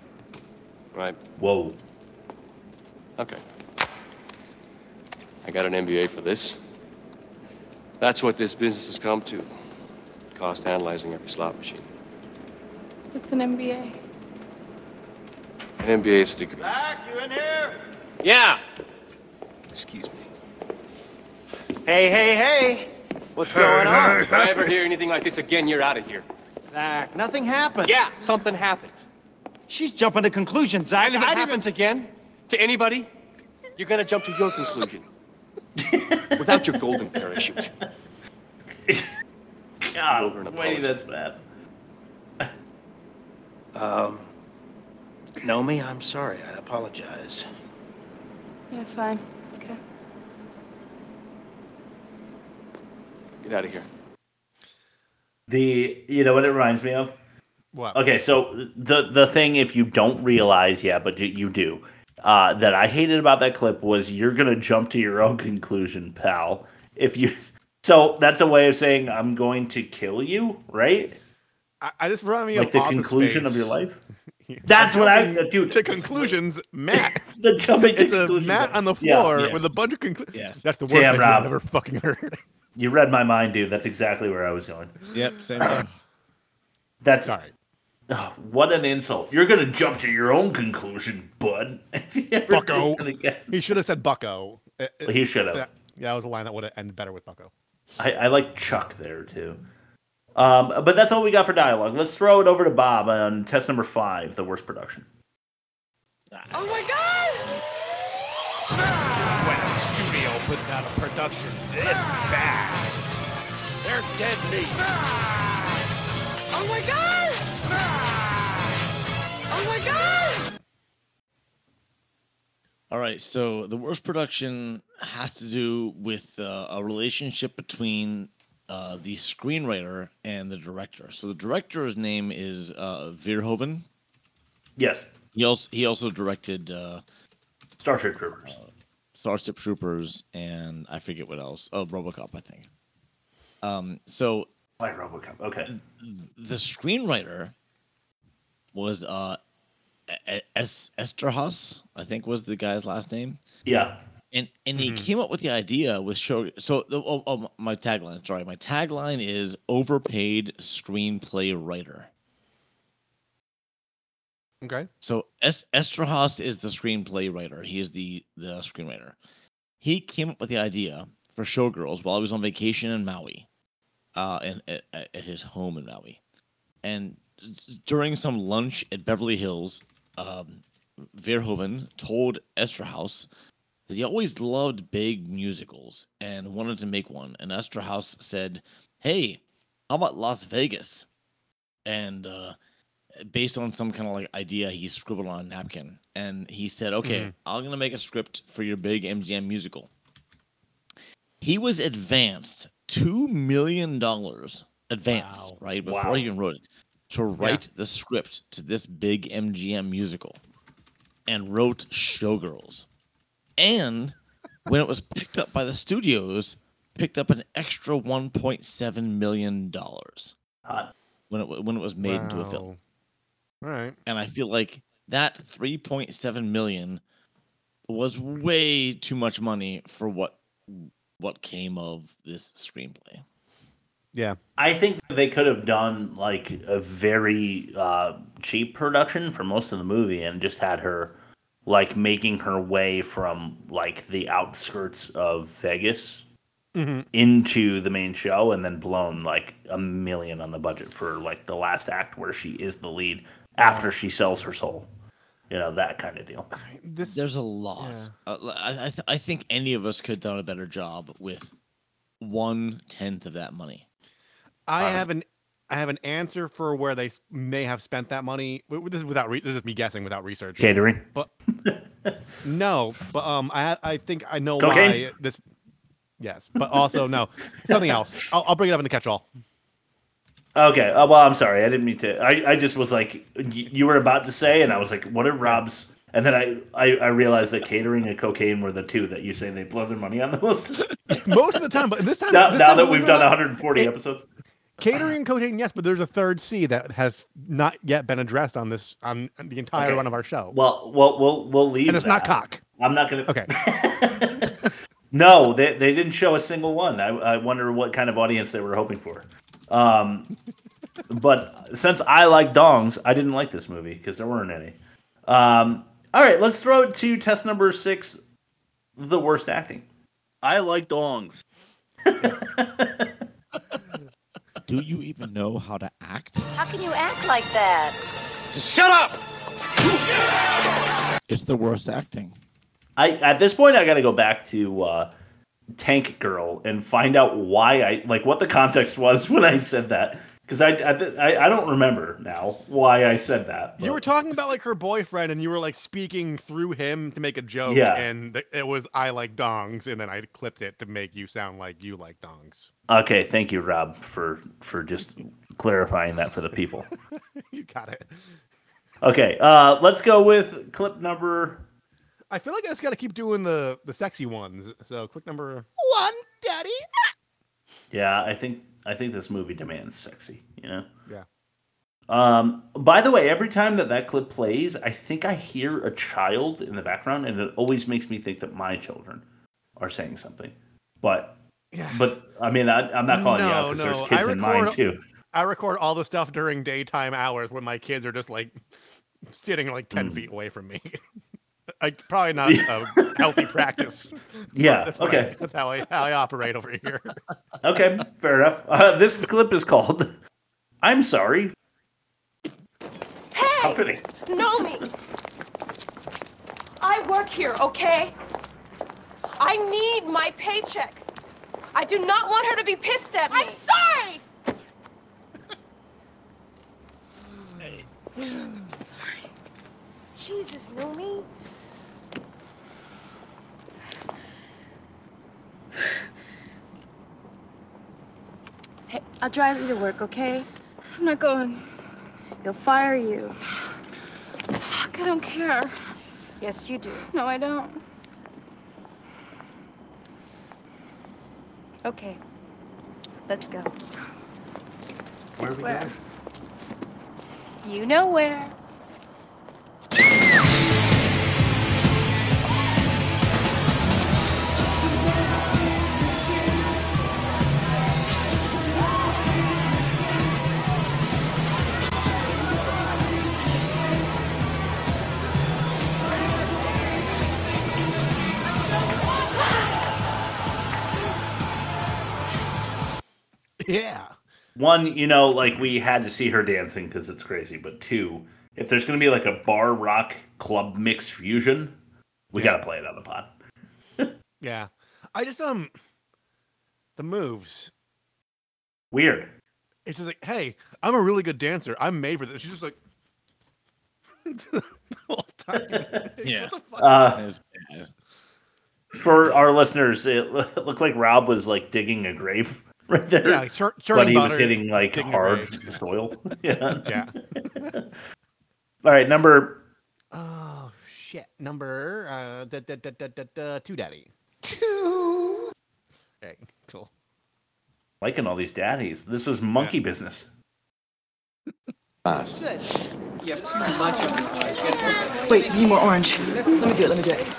Speaker 7: Right?
Speaker 1: Whoa.
Speaker 7: Okay. I got an MBA for this. That's what this business has come to cost analyzing every slot machine.
Speaker 9: It's an MBA.
Speaker 7: An MBA's degree.
Speaker 15: Zach, you in here?
Speaker 7: Yeah! Excuse me.
Speaker 15: Hey, hey, hey. What's going on?
Speaker 7: If I ever hear anything like this again, you're out of here.
Speaker 15: Zach, nothing happened.
Speaker 7: Yeah, something happened.
Speaker 15: She's jumping to conclusions, Zach.
Speaker 7: And if it happens again to anybody, you're going to jump to
Speaker 15: <laughs>
Speaker 7: your conclusion. Without your golden parachute.
Speaker 1: God, Whitey, that's bad.
Speaker 15: Um, Nomi, I'm sorry. I apologize.
Speaker 9: Yeah, fine. Okay.
Speaker 7: Get out of here.
Speaker 1: The you know what it reminds me of?
Speaker 2: What?
Speaker 1: Okay, so the the thing if you don't realize yet, but you, you do, uh, that I hated about that clip was you're gonna jump to your own <laughs> conclusion, pal. If you <laughs> so that's a way of saying I'm going to kill you, right?
Speaker 2: I, I just remind me
Speaker 1: Like
Speaker 2: of
Speaker 1: the
Speaker 2: Office
Speaker 1: conclusion of
Speaker 2: Space.
Speaker 1: your
Speaker 2: <laughs>
Speaker 1: life.
Speaker 2: Yeah.
Speaker 1: That's what I uh,
Speaker 2: Jumping
Speaker 1: dude.
Speaker 2: To conclusions,
Speaker 1: <laughs>
Speaker 2: Matt.
Speaker 1: the jumping to
Speaker 2: It's a
Speaker 1: conclusions.
Speaker 2: Matt on the
Speaker 1: Yeah,
Speaker 2: floor
Speaker 1: yes.
Speaker 2: with a bunch of conclusions.
Speaker 1: Yes.
Speaker 2: That's the worst
Speaker 1: Damn,
Speaker 2: idea
Speaker 1: Rob.
Speaker 2: I've ever fucking heard. <laughs>
Speaker 1: You read my mind, dude. That's exactly where I was going.
Speaker 3: Yep, same thing.
Speaker 1: That's sorry. what an insult! You're gonna jump to your own conclusion, bud. <laughs> If you ever do
Speaker 2: Bucko.
Speaker 1: that again.
Speaker 2: He should have said Bucko. It- it-
Speaker 1: He should have.
Speaker 2: That, yeah, that was a line that would have ended better with Bucko.
Speaker 1: I, I like Chuck there too. Um, but that's all we got for dialogue. Let's throw it over to Bob on test number five, the worst production.
Speaker 8: Oh my god!
Speaker 16: When a studio puts out a production this bad, they're dead meat.
Speaker 8: Oh my god! Oh my god!
Speaker 3: <coughs> All right, so the worst production has to do with uh, a relationship between uh, the screenwriter and the director. So the director's name is uh, Verhoeven.
Speaker 1: Yes.
Speaker 3: He also he also directed uh,
Speaker 1: Starship Troopers,
Speaker 3: Starship Troopers, and I forget what else. Oh, RoboCop, I think. Um, so
Speaker 1: why RoboCop? Okay.
Speaker 3: The screenwriter was uh, E- Es- Esterhaus, I think was the guy's last name.
Speaker 1: Yeah.
Speaker 3: And and he came up with the idea with show. So the- oh, oh, my tagline, sorry, my tagline is overpaid screenplay writer.
Speaker 2: Okay.
Speaker 3: So es- Esterhaus is the screenplay writer. He is the the screenwriter. He came up with the idea for Showgirls while he was on vacation in Maui, uh, and at, at- at his home in Maui. And during some lunch at Beverly Hills, um, Verhoeven told Esterhaus that he always loved big musicals and wanted to make one. And Esterhaus said, "Hey, how about Las Vegas?" And uh, based on some kind of like idea he scribbled on a napkin, and he said, "Okay,
Speaker 17: Mhm.
Speaker 3: I'm gonna make a script for your big MGM musical." He was advanced two million dollars advanced, right? Before
Speaker 17: Wow.
Speaker 3: he even wrote it, to write the script to this big MGM musical, and wrote Showgirls, and when it was picked up by the studios, picked up an extra one point seven million dollars when it wa- when it was made into a film.
Speaker 2: All right.
Speaker 3: And I feel like that 3.7 million was way too much money for what what came of this screenplay.
Speaker 2: Yeah.
Speaker 1: I think that they could have done like a very uh, cheap production for most of the movie and just had her like making her way from like the outskirts of Vegas
Speaker 2: Mhm.
Speaker 1: into the main show and then blown like a million on the budget for like the last act where she is the lead after she sells her soul. You know, that kind of deal.
Speaker 3: There's a loss. Uh, I, I, th- I think any of us could have done a better job with one tenth of that money.
Speaker 2: I
Speaker 3: Honest-
Speaker 2: have an I have an answer for where they s- may have spent that money. W- w- This is without re- this is me guessing without research.
Speaker 1: Catering. <laughs>
Speaker 2: but no, but um, I ha- I think I know
Speaker 1: Cocaine?
Speaker 2: why this. Yes, but also no, something else. I'll, I'll bring it up in the catch-all.
Speaker 1: Okay. Uh, well, I'm sorry. I didn't mean to. I, I just was like, y- you were about to say, and I was like, what are Rob's? And then I, I, I realized that catering and cocaine were the two that you say they blow their money on the
Speaker 2: <laughs>
Speaker 1: most.
Speaker 2: Most of the time, but this time
Speaker 1: now
Speaker 2: this
Speaker 1: now
Speaker 2: time,
Speaker 1: that
Speaker 2: believe it
Speaker 1: we've
Speaker 2: or
Speaker 1: done
Speaker 2: not,
Speaker 1: 140
Speaker 2: it-
Speaker 1: episodes.
Speaker 2: catering and cocaine, yes, but there's a third C that has not yet been addressed on this on the entire
Speaker 1: Okay.
Speaker 2: run of our show.
Speaker 1: Well, we'll we'll, we'll leave.
Speaker 2: And it's not
Speaker 1: that.
Speaker 2: cock.
Speaker 1: I'm not gonna.
Speaker 2: Okay.
Speaker 1: no, they they didn't show a single one. I I wonder what kind of audience they were hoping for. Um, but since I like dongs, I didn't like this movie because there weren't any. Um, all right, let's throw it to test number six, the worst acting. I like dongs.
Speaker 3: Do you even know how to act?
Speaker 11: How can you act like that?
Speaker 3: Shut up! It's the worst acting.
Speaker 1: I at this point I got to go back to uh, Tank Girl and find out why I like what the context was <laughs> when I said that because I, I th- I I don't remember now why I said that.
Speaker 2: You were talking about like her boyfriend, and you were like speaking through him to make a joke,
Speaker 1: Yeah.
Speaker 2: and th- it was "I like dongs," and then I clipped it to make you sound like you like dongs. <laughs>
Speaker 1: Okay, thank you, Rob, for for just clarifying that for the people.
Speaker 2: you got it.
Speaker 1: Okay, uh, let's go with clip number.
Speaker 2: I feel like I just got to keep doing the the sexy ones. So click number.
Speaker 15: One daddy.
Speaker 1: Yeah, I think I think this movie demands sexy. You know.
Speaker 2: Yeah.
Speaker 1: Um. By the way, every time that that clip plays, I think I hear a child in the background, and it always makes me think that my children are saying something. But
Speaker 2: Yeah.
Speaker 1: But I mean, I, I'm not calling you out because there's kids in mine
Speaker 2: <laughs>
Speaker 1: too.
Speaker 2: I record all the stuff during daytime hours when my kids are just like sitting like
Speaker 1: Hmm.
Speaker 2: ten feet away from me. <laughs> like
Speaker 1: <laughs>
Speaker 2: probably not a healthy practice. but
Speaker 1: Yeah,
Speaker 2: That's what I-
Speaker 1: okay.
Speaker 2: that's how I how I operate over here.
Speaker 1: Okay, fair enough. Uh, this clip is called "I'm Sorry." How fitting.
Speaker 18: Know me. I work here, okay? I need my paycheck. I do not want her to be pissed at me. I'm sorry. <sighs>
Speaker 12: Jesus, know
Speaker 18: <sighs>
Speaker 12: me?
Speaker 9: Hey, I'll drive you to work, okay? I'm not going. They'll fire you. Fuck, I don't care. Yes, you do. No, I don't.
Speaker 12: Okay. Let's go.
Speaker 5: Where are we
Speaker 12: Where?
Speaker 5: going?
Speaker 12: You know where.
Speaker 2: Yeah.
Speaker 1: one, you know, like we had to see her dancing because it's crazy. But two, if there's going to be like a bar rock club mix fusion, we got to play it on the pod.
Speaker 2: Yeah. I just um the moves.
Speaker 1: Weird.
Speaker 2: It's just like, hey, I'm a really good dancer. I'm made for this. She's just like <laughs> the whole time.
Speaker 3: Yeah.
Speaker 1: Uh, for our listeners, it <laughs> lo- looked like Rob was like digging a grave <laughs> right there.
Speaker 2: Yeah, like chur-
Speaker 1: but
Speaker 2: churning
Speaker 1: he was
Speaker 2: butter,
Speaker 1: hitting like
Speaker 2: digging a
Speaker 1: hard
Speaker 2: grave.
Speaker 1: soil. <laughs> yeah.
Speaker 2: Yeah.
Speaker 1: All right, number
Speaker 2: Oh shit. Number uh da, da, da, da, da, da, two daddy.
Speaker 15: Two.
Speaker 2: Okay, cool.
Speaker 1: liking all these daddies. This is monkey business.
Speaker 6: You have too much on your plate. You gotta put-
Speaker 17: Wait, you need more orange. Let me do it. Let me do it.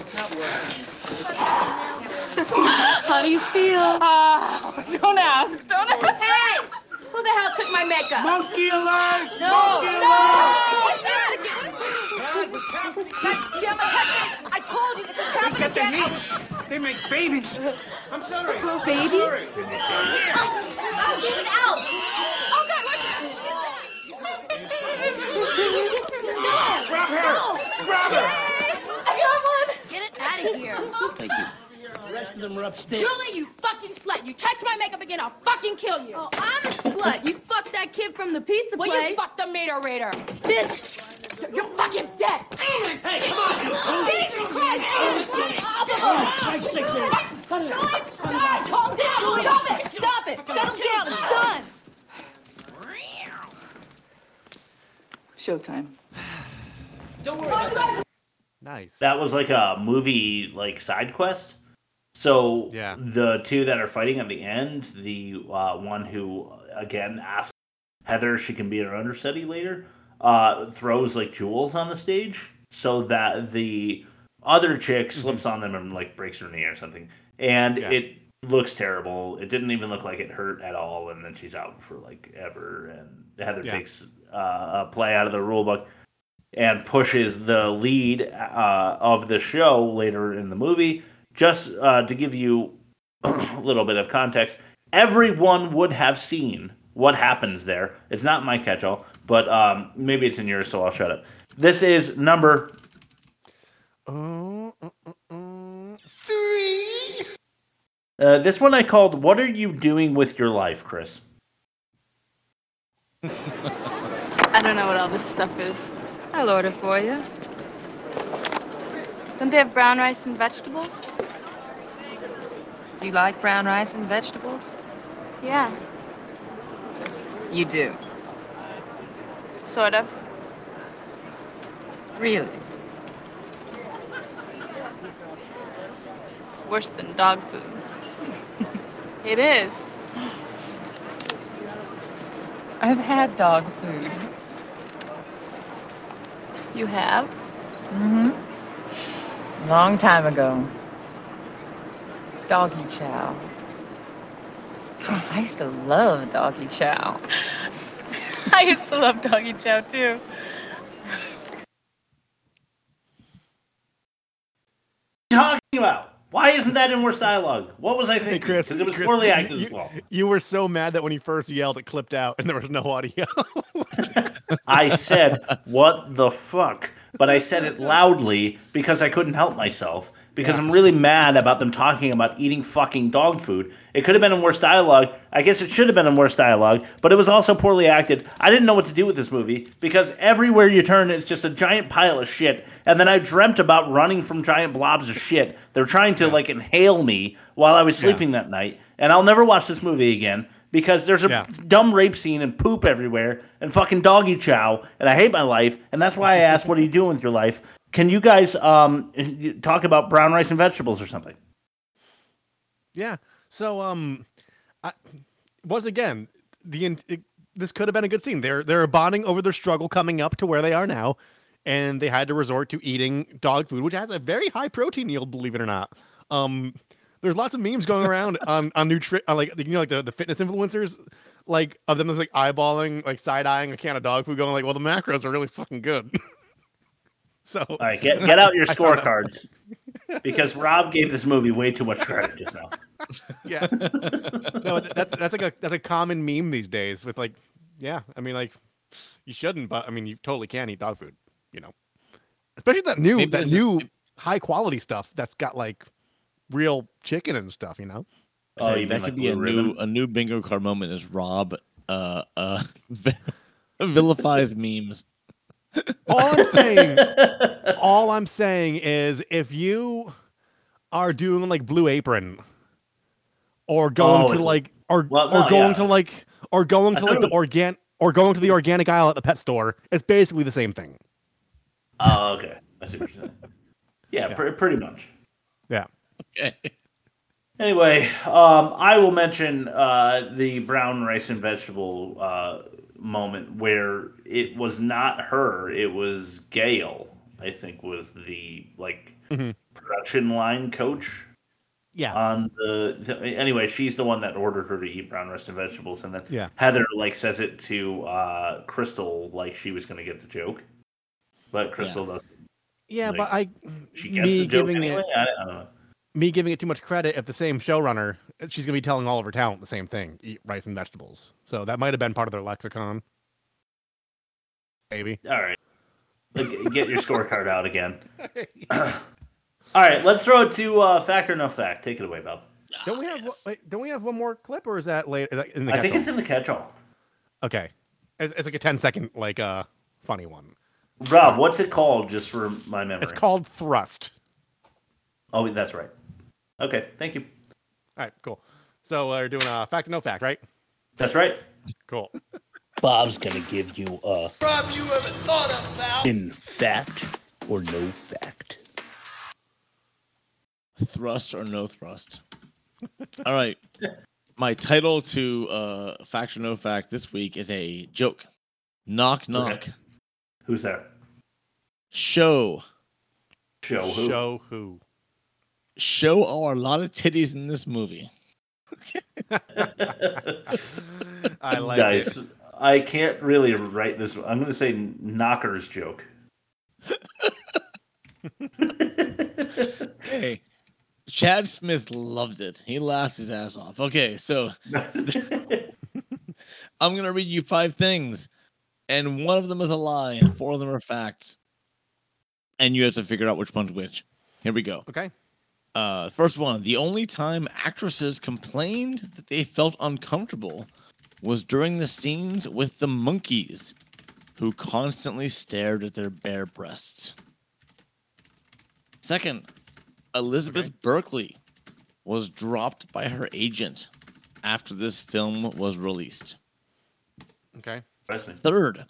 Speaker 11: How do you feel?
Speaker 9: Ah,
Speaker 11: don't ask. Don't ask. Hey! Who the hell took my makeup?
Speaker 15: Monkey alert!
Speaker 11: No!
Speaker 15: Monkey
Speaker 11: no!
Speaker 15: alert!
Speaker 11: What's that? God damn it, Hudson! I told you that this happened
Speaker 15: Get the
Speaker 11: again.
Speaker 15: heat! They make babies! I'm sorry! I'm
Speaker 11: Babies?
Speaker 15: sorry.
Speaker 11: Oh, get it out! Oh God, what?
Speaker 15: Grab her! Grab
Speaker 11: her! Get it out of here!
Speaker 15: Thank you. The rest of them are upstairs.
Speaker 11: Julie, you fucking slut! You touch my makeup again, I'll fucking kill you! Oh, I'm a slut! You fucked that kid from the pizza well, place! Well, you fucked the Mater Raider! Bitch! You're fucking dead! Hey, come on, you two! Jesus Christ! Five, six, eight! Calm down! Stop it! Stop it! Settle down! It's done!
Speaker 17: Showtime.
Speaker 11: Don't worry.
Speaker 2: Nice.
Speaker 1: That was like a movie like side quest. So yeah. the two that are fighting at the end, the uh, one who again asks Heather if she can be her understudy later, uh, throws like jewels on the stage so that the other chick slips on them and like breaks her knee or something, and
Speaker 2: Mm-hmm. Yeah.
Speaker 1: it looks terrible. It didn't even look like it hurt at all, and then she's out for like ever. And Heather
Speaker 2: Yeah.
Speaker 1: takes uh, a play out of the rule book and pushes the lead uh, of the show later in the movie. Just uh, to give you <clears throat> a little bit of context, everyone would have seen what happens there. It's not my catch all, but um, maybe it's in yours, so I'll shut up. This is number
Speaker 2: Oh, oh, oh,
Speaker 15: Three!
Speaker 1: Uh, this one I called "What Are You Doing with Your Life, Chris?"
Speaker 17: I don't know what all this stuff is.
Speaker 12: I'll order for you. Don't they have brown rice and vegetables?
Speaker 14: Do you like brown rice and vegetables?
Speaker 12: Yeah,
Speaker 14: You do.
Speaker 17: sort of.
Speaker 14: Really?
Speaker 17: It's worse than dog
Speaker 14: <laughs>
Speaker 17: food. it is.
Speaker 14: I've had dog food.
Speaker 17: You have?
Speaker 14: Mm-hmm. Long time ago. Doggy chow. <sighs> I used to love doggy chow.
Speaker 17: <laughs> I used to love doggy chow too.
Speaker 1: Talking about why isn't that in worse dialogue? What was I thinking?
Speaker 2: Chris,
Speaker 1: because it was
Speaker 2: Chris,
Speaker 1: poorly
Speaker 2: you-
Speaker 1: acted as
Speaker 2: you-
Speaker 1: well.
Speaker 2: You were so mad that when he first yelled, it clipped out and there was no audio.
Speaker 1: I said, "What the fuck?" But I said it loudly because I couldn't help myself. Because I'm really mad about them talking about eating fucking dog food. It could have been in worse dialogue. I guess it should have been in worse dialogue, but it was also poorly acted. I didn't know what to do with this movie because everywhere you turn, it's just a giant pile of shit. And then I dreamt about running from giant blobs of shit. They're trying to like inhale me while I was sleeping that night. And I'll never watch this movie again because there's a dumb rape scene and poop everywhere and fucking doggy chow and I hate my life and that's why I asked what are you doing with your life? Can you guys um talk about brown rice and vegetables or something?
Speaker 2: yeah. So, um, I, once again, the in- it, this could have been a good scene. They're they're bonding over their struggle coming up to where they are now, and they had to resort to eating dog food, which has a very high protein yield, believe it or not. Um, there's lots of memes going around on on nutri- on like you know like the, the fitness influencers. Like of them, that's like eyeballing, like side eyeing a can of dog food, going like, "Well, the macros are really fucking good." <laughs> so, all
Speaker 1: right, Get get out your
Speaker 2: I found that-
Speaker 1: scorecards. because Rob gave this movie way too much credit just now. <laughs>
Speaker 2: yeah. No, th- that's that's like a that's a common meme these days with like, yeah, I mean like, you shouldn't, but I mean you totally can eat dog food, you know, especially that new
Speaker 3: Maybe
Speaker 2: that
Speaker 3: there's a-
Speaker 2: new high quality stuff that's got like real chicken and stuff, you
Speaker 1: <laughs>
Speaker 2: know.
Speaker 3: So that could be a new a new bingo card moment is Rob uh uh <laughs> vilifies memes.
Speaker 2: all I'm saying, all I'm saying is if you are doing like Blue Apron, or
Speaker 1: Oh,
Speaker 2: going
Speaker 1: it's-
Speaker 2: to like, or
Speaker 1: well,
Speaker 2: or
Speaker 1: no,
Speaker 2: going
Speaker 1: yeah.
Speaker 2: to like, or going
Speaker 1: I
Speaker 2: to like the
Speaker 1: totally-
Speaker 2: organ, or going to the organic aisle at the pet store, it's basically the same thing.
Speaker 1: Oh, okay. I see what you're saying. Yeah, Pr- pretty much.
Speaker 2: Yeah.
Speaker 3: Okay.
Speaker 1: Anyway, um, I will mention uh, the brown rice and vegetable uh, moment where it was not her; it was Gail. I think was the like
Speaker 2: Mhm.
Speaker 1: production line coach.
Speaker 2: Yeah.
Speaker 1: On the, the- anyway, she's the one that ordered her to eat brown rice and vegetables, and then
Speaker 2: Yeah.
Speaker 1: Heather like says it to uh, Crystal like she was going to get the joke, but Crystal doesn't.
Speaker 2: Yeah,
Speaker 1: Like,
Speaker 2: but I,
Speaker 1: She gets
Speaker 2: me
Speaker 1: the joke
Speaker 2: giving
Speaker 1: anyway.
Speaker 2: it,
Speaker 1: I, I don't know.
Speaker 2: me giving it too much credit. If the same showrunner, she's gonna be telling all of her talent the same thing: eat rice and vegetables. So that might have been part of their lexicon. Maybe.
Speaker 1: All right. Like, Get your scorecard out
Speaker 2: <laughs>
Speaker 1: again. All right, let's throw it to uh, fact or no fact. Take it away, Bob.
Speaker 2: Don't we have wait, don't we have one more clip or is that later? Is that in the
Speaker 1: Ah, I think
Speaker 2: catch-all?
Speaker 1: it's in the catch-all.
Speaker 2: Okay. It's, it's like a 10 second, like, uh, funny one.
Speaker 1: Rob, what's it called? Just for my memory.
Speaker 2: It's called Thrust.
Speaker 1: Oh, that's right. Okay, thank you.
Speaker 2: All right, cool. So uh, we're doing a fact or no fact, right?
Speaker 1: That's right.
Speaker 2: Cool.
Speaker 19: Bob's gonna give you a
Speaker 6: Rob, you ever thought about?
Speaker 19: in fact or no fact.
Speaker 3: Thrust or no thrust. All right. My title to uh fact or no fact this week is a joke. Knock knock.
Speaker 1: Who's there?
Speaker 3: Show.
Speaker 1: Show who?
Speaker 2: Show who?
Speaker 3: Show are a lot of titties in this movie.
Speaker 1: <laughs>
Speaker 2: I like
Speaker 1: Guys,
Speaker 2: it.
Speaker 1: I can't really write this. I'm going to say Knocker's joke.
Speaker 3: Hey, Chad Smith loved it. He laughed his ass off. Okay, so I'm gonna read you five things, and one of them is a lie, and four of them are facts, and you have to figure out which one's which. Here we go.
Speaker 2: Okay.
Speaker 3: Uh, first one: the only time actresses complained that they felt uncomfortable was during the scenes with the monkeys, who constantly stared at their bare breasts. Second, Elizabeth Berkley was dropped by her agent after this film was released.
Speaker 2: Okay.
Speaker 3: Third,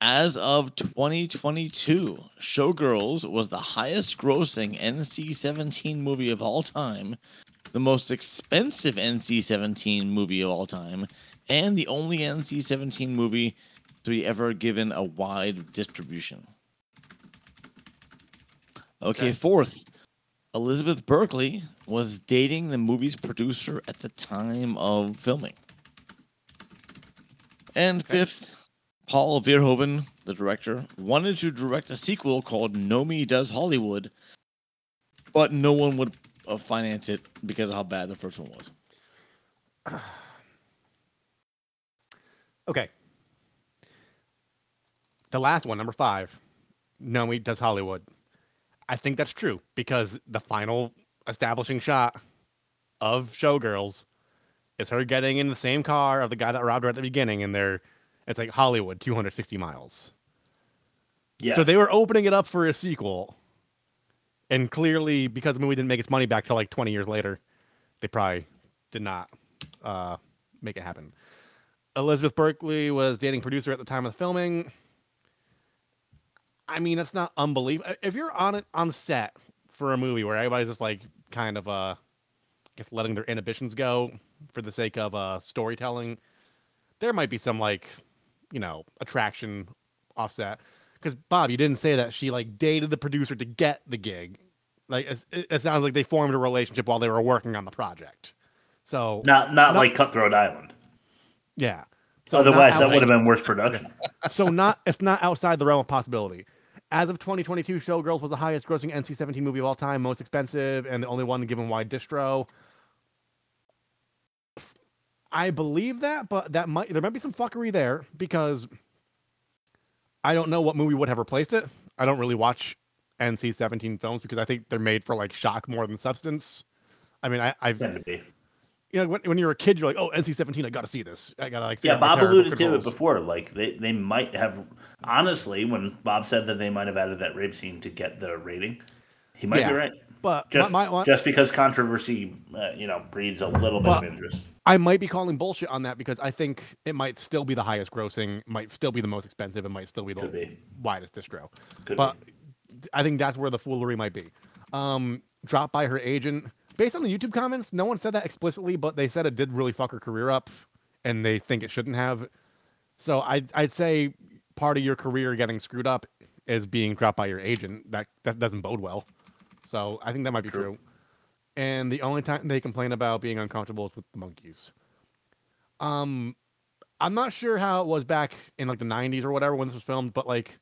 Speaker 3: as of 2022, Showgirls was the highest grossing NC 17 movie of all time, the most expensive NC 17 movie of all time, and the only NC 17 movie to be ever given a wide distribution. Okay, fourth, Elizabeth Berkley was dating the movie's producer at the time of filming. And fifth, Paul Verhoeven, the director, wanted to direct a sequel called Nomi Does Hollywood, but no one would uh, finance it because of how bad the first one was.
Speaker 2: Okay. The last one, number five. Nomi does Hollywood. I think that's true because the final establishing shot of Showgirls is her getting in the same car of the guy that robbed her at the beginning, and they're it's like Hollywood, 260 miles.
Speaker 1: Yeah.
Speaker 2: So they were opening it up for a sequel, and clearly because the movie didn't make its money back till like 20 years later, they probably did not uh, make it happen. Elizabeth Berkley was dating producer at the time of the filming. I mean, that's not unbelievable. If you're on it on set for a movie where everybody's just like kind of uh, I guess letting their inhibitions go for the sake of uh storytelling, there might be some like, you know, attraction offset. Because Bob, you didn't say that she like dated the producer to get the gig. Like it's- it, it sounds like they formed a relationship while they were working on the project. So
Speaker 1: Not not like Cutthroat Island.
Speaker 2: yeah.
Speaker 1: Otherwise,
Speaker 2: not
Speaker 1: that
Speaker 2: out- <laughs>
Speaker 1: would have been worse production.
Speaker 2: so not it's not outside the realm of possibility. As of 2022, Showgirls was the highest grossing NC-17 movie of all time, most expensive, and the only one given wide distro. I believe that, but that might there might be some fuckery there because I don't know what movie would have replaced it. I don't really watch NC-17 films because I think they're made for like shock more than substance. I mean, I, I've
Speaker 1: Had to be.
Speaker 2: you know when, when you're a kid, you're like, oh, NC-17, I gotta see this. I gotta like.
Speaker 1: Yeah,
Speaker 2: figure out my
Speaker 1: Bob
Speaker 2: parental
Speaker 1: alluded to it
Speaker 2: controls.
Speaker 1: before. Like they, they might have honestly, when Bob said that they might have added that rape scene to get the rating, he might
Speaker 2: Yeah,
Speaker 1: be right.
Speaker 2: but
Speaker 1: just
Speaker 2: my- my-
Speaker 1: just because controversy, uh, you know, breeds a little bit
Speaker 2: But-
Speaker 1: of interest.
Speaker 2: I might be calling bullshit on that because I think it might still be the highest grossing, might still be the most expensive, and might still be the
Speaker 1: Could be.
Speaker 2: widest distro.
Speaker 1: Could
Speaker 2: but I think that's where the foolery might be. Um, dropped by her agent. Based on the YouTube comments, no one said that explicitly, but they said it did really fuck her career up, and they think it shouldn't have. So I'd, I'd say part of your career getting screwed up is being dropped by your agent. That that doesn't bode well. So I think that might be true. And the only time they complain about being uncomfortable is with the monkeys. Um, I'm not sure how it was back in like the 90s or whatever when this was filmed, but like,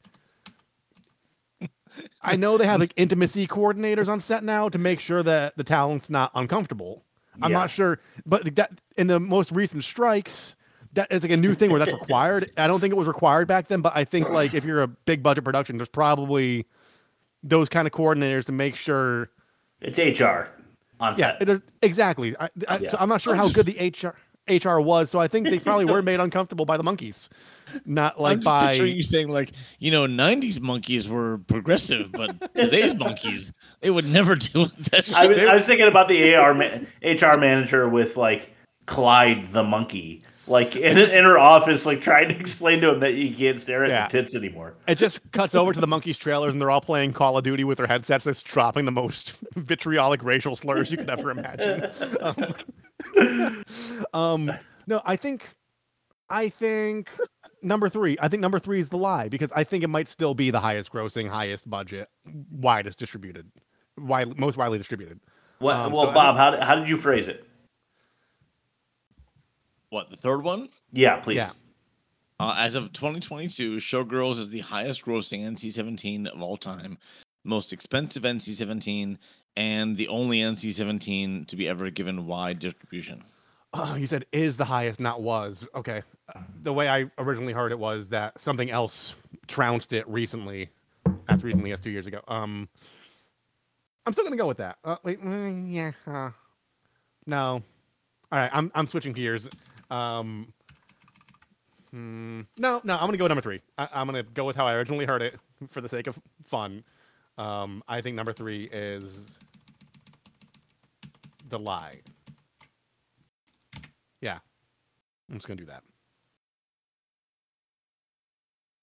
Speaker 2: I know they have like intimacy coordinators on set now to make sure that the talent's not uncomfortable. I'm
Speaker 1: Yeah.
Speaker 2: not sure, but that in the most recent strikes, that is like a new thing where that's required. I don't think it was required back then, but I think like if you're a big budget production, there's probably those kind of coordinators to make sure
Speaker 1: It's HR on
Speaker 2: yeah,
Speaker 1: set.
Speaker 2: there's exactly. I, I,
Speaker 1: Yeah.
Speaker 2: So I'm not sure how good the HR HR was. So I think they probably were made uncomfortable by the monkeys, not like
Speaker 3: <laughs> I'm just
Speaker 2: by.
Speaker 3: picturing you saying like, you know, '90s monkeys were progressive, but today's monkeys they would never do <laughs> that.
Speaker 1: I was, I was thinking about the AR ma- HR manager with like Clyde the monkey, like in, in her office, like trying to explain to him that you can't stare at
Speaker 2: Yeah.
Speaker 1: the tits anymore.
Speaker 2: It just cuts over to the monkeys trailers, and they're all playing Call of Duty with their headsets. It's dropping the most <laughs> vitriolic racial slurs you could ever imagine. Um, <laughs> um, no, I think, I think number three. I think number three is the lie because I think it might still be the highest grossing, highest budget, widest distributed, wide, most widely distributed.
Speaker 1: What,
Speaker 2: Um,
Speaker 1: well,
Speaker 2: so I
Speaker 1: Bob,
Speaker 2: think-
Speaker 1: how, did- how did you phrase it?
Speaker 3: What the third one?
Speaker 1: Yeah, please.
Speaker 3: Yeah. Uh, as of 2022, Showgirls is the highest-grossing NC-17 of all time, most expensive NC-17, and the only NC-17 to be ever given wide distribution.
Speaker 2: Oh, you said is the highest, not was. Okay. Uh, The way I originally heard it was that something else trounced it recently, as recently as two years ago. Um, I'm still gonna go with that. Uh, wait, mm, yeah. Uh, no. All right, I'm I'm switching gears. Um, hmm, no, no, I'm gonna go with number three. I, I'm gonna go with how I originally heard it for the sake of fun. Um, I think number three is the lie. Yeah. I'm just going to do that.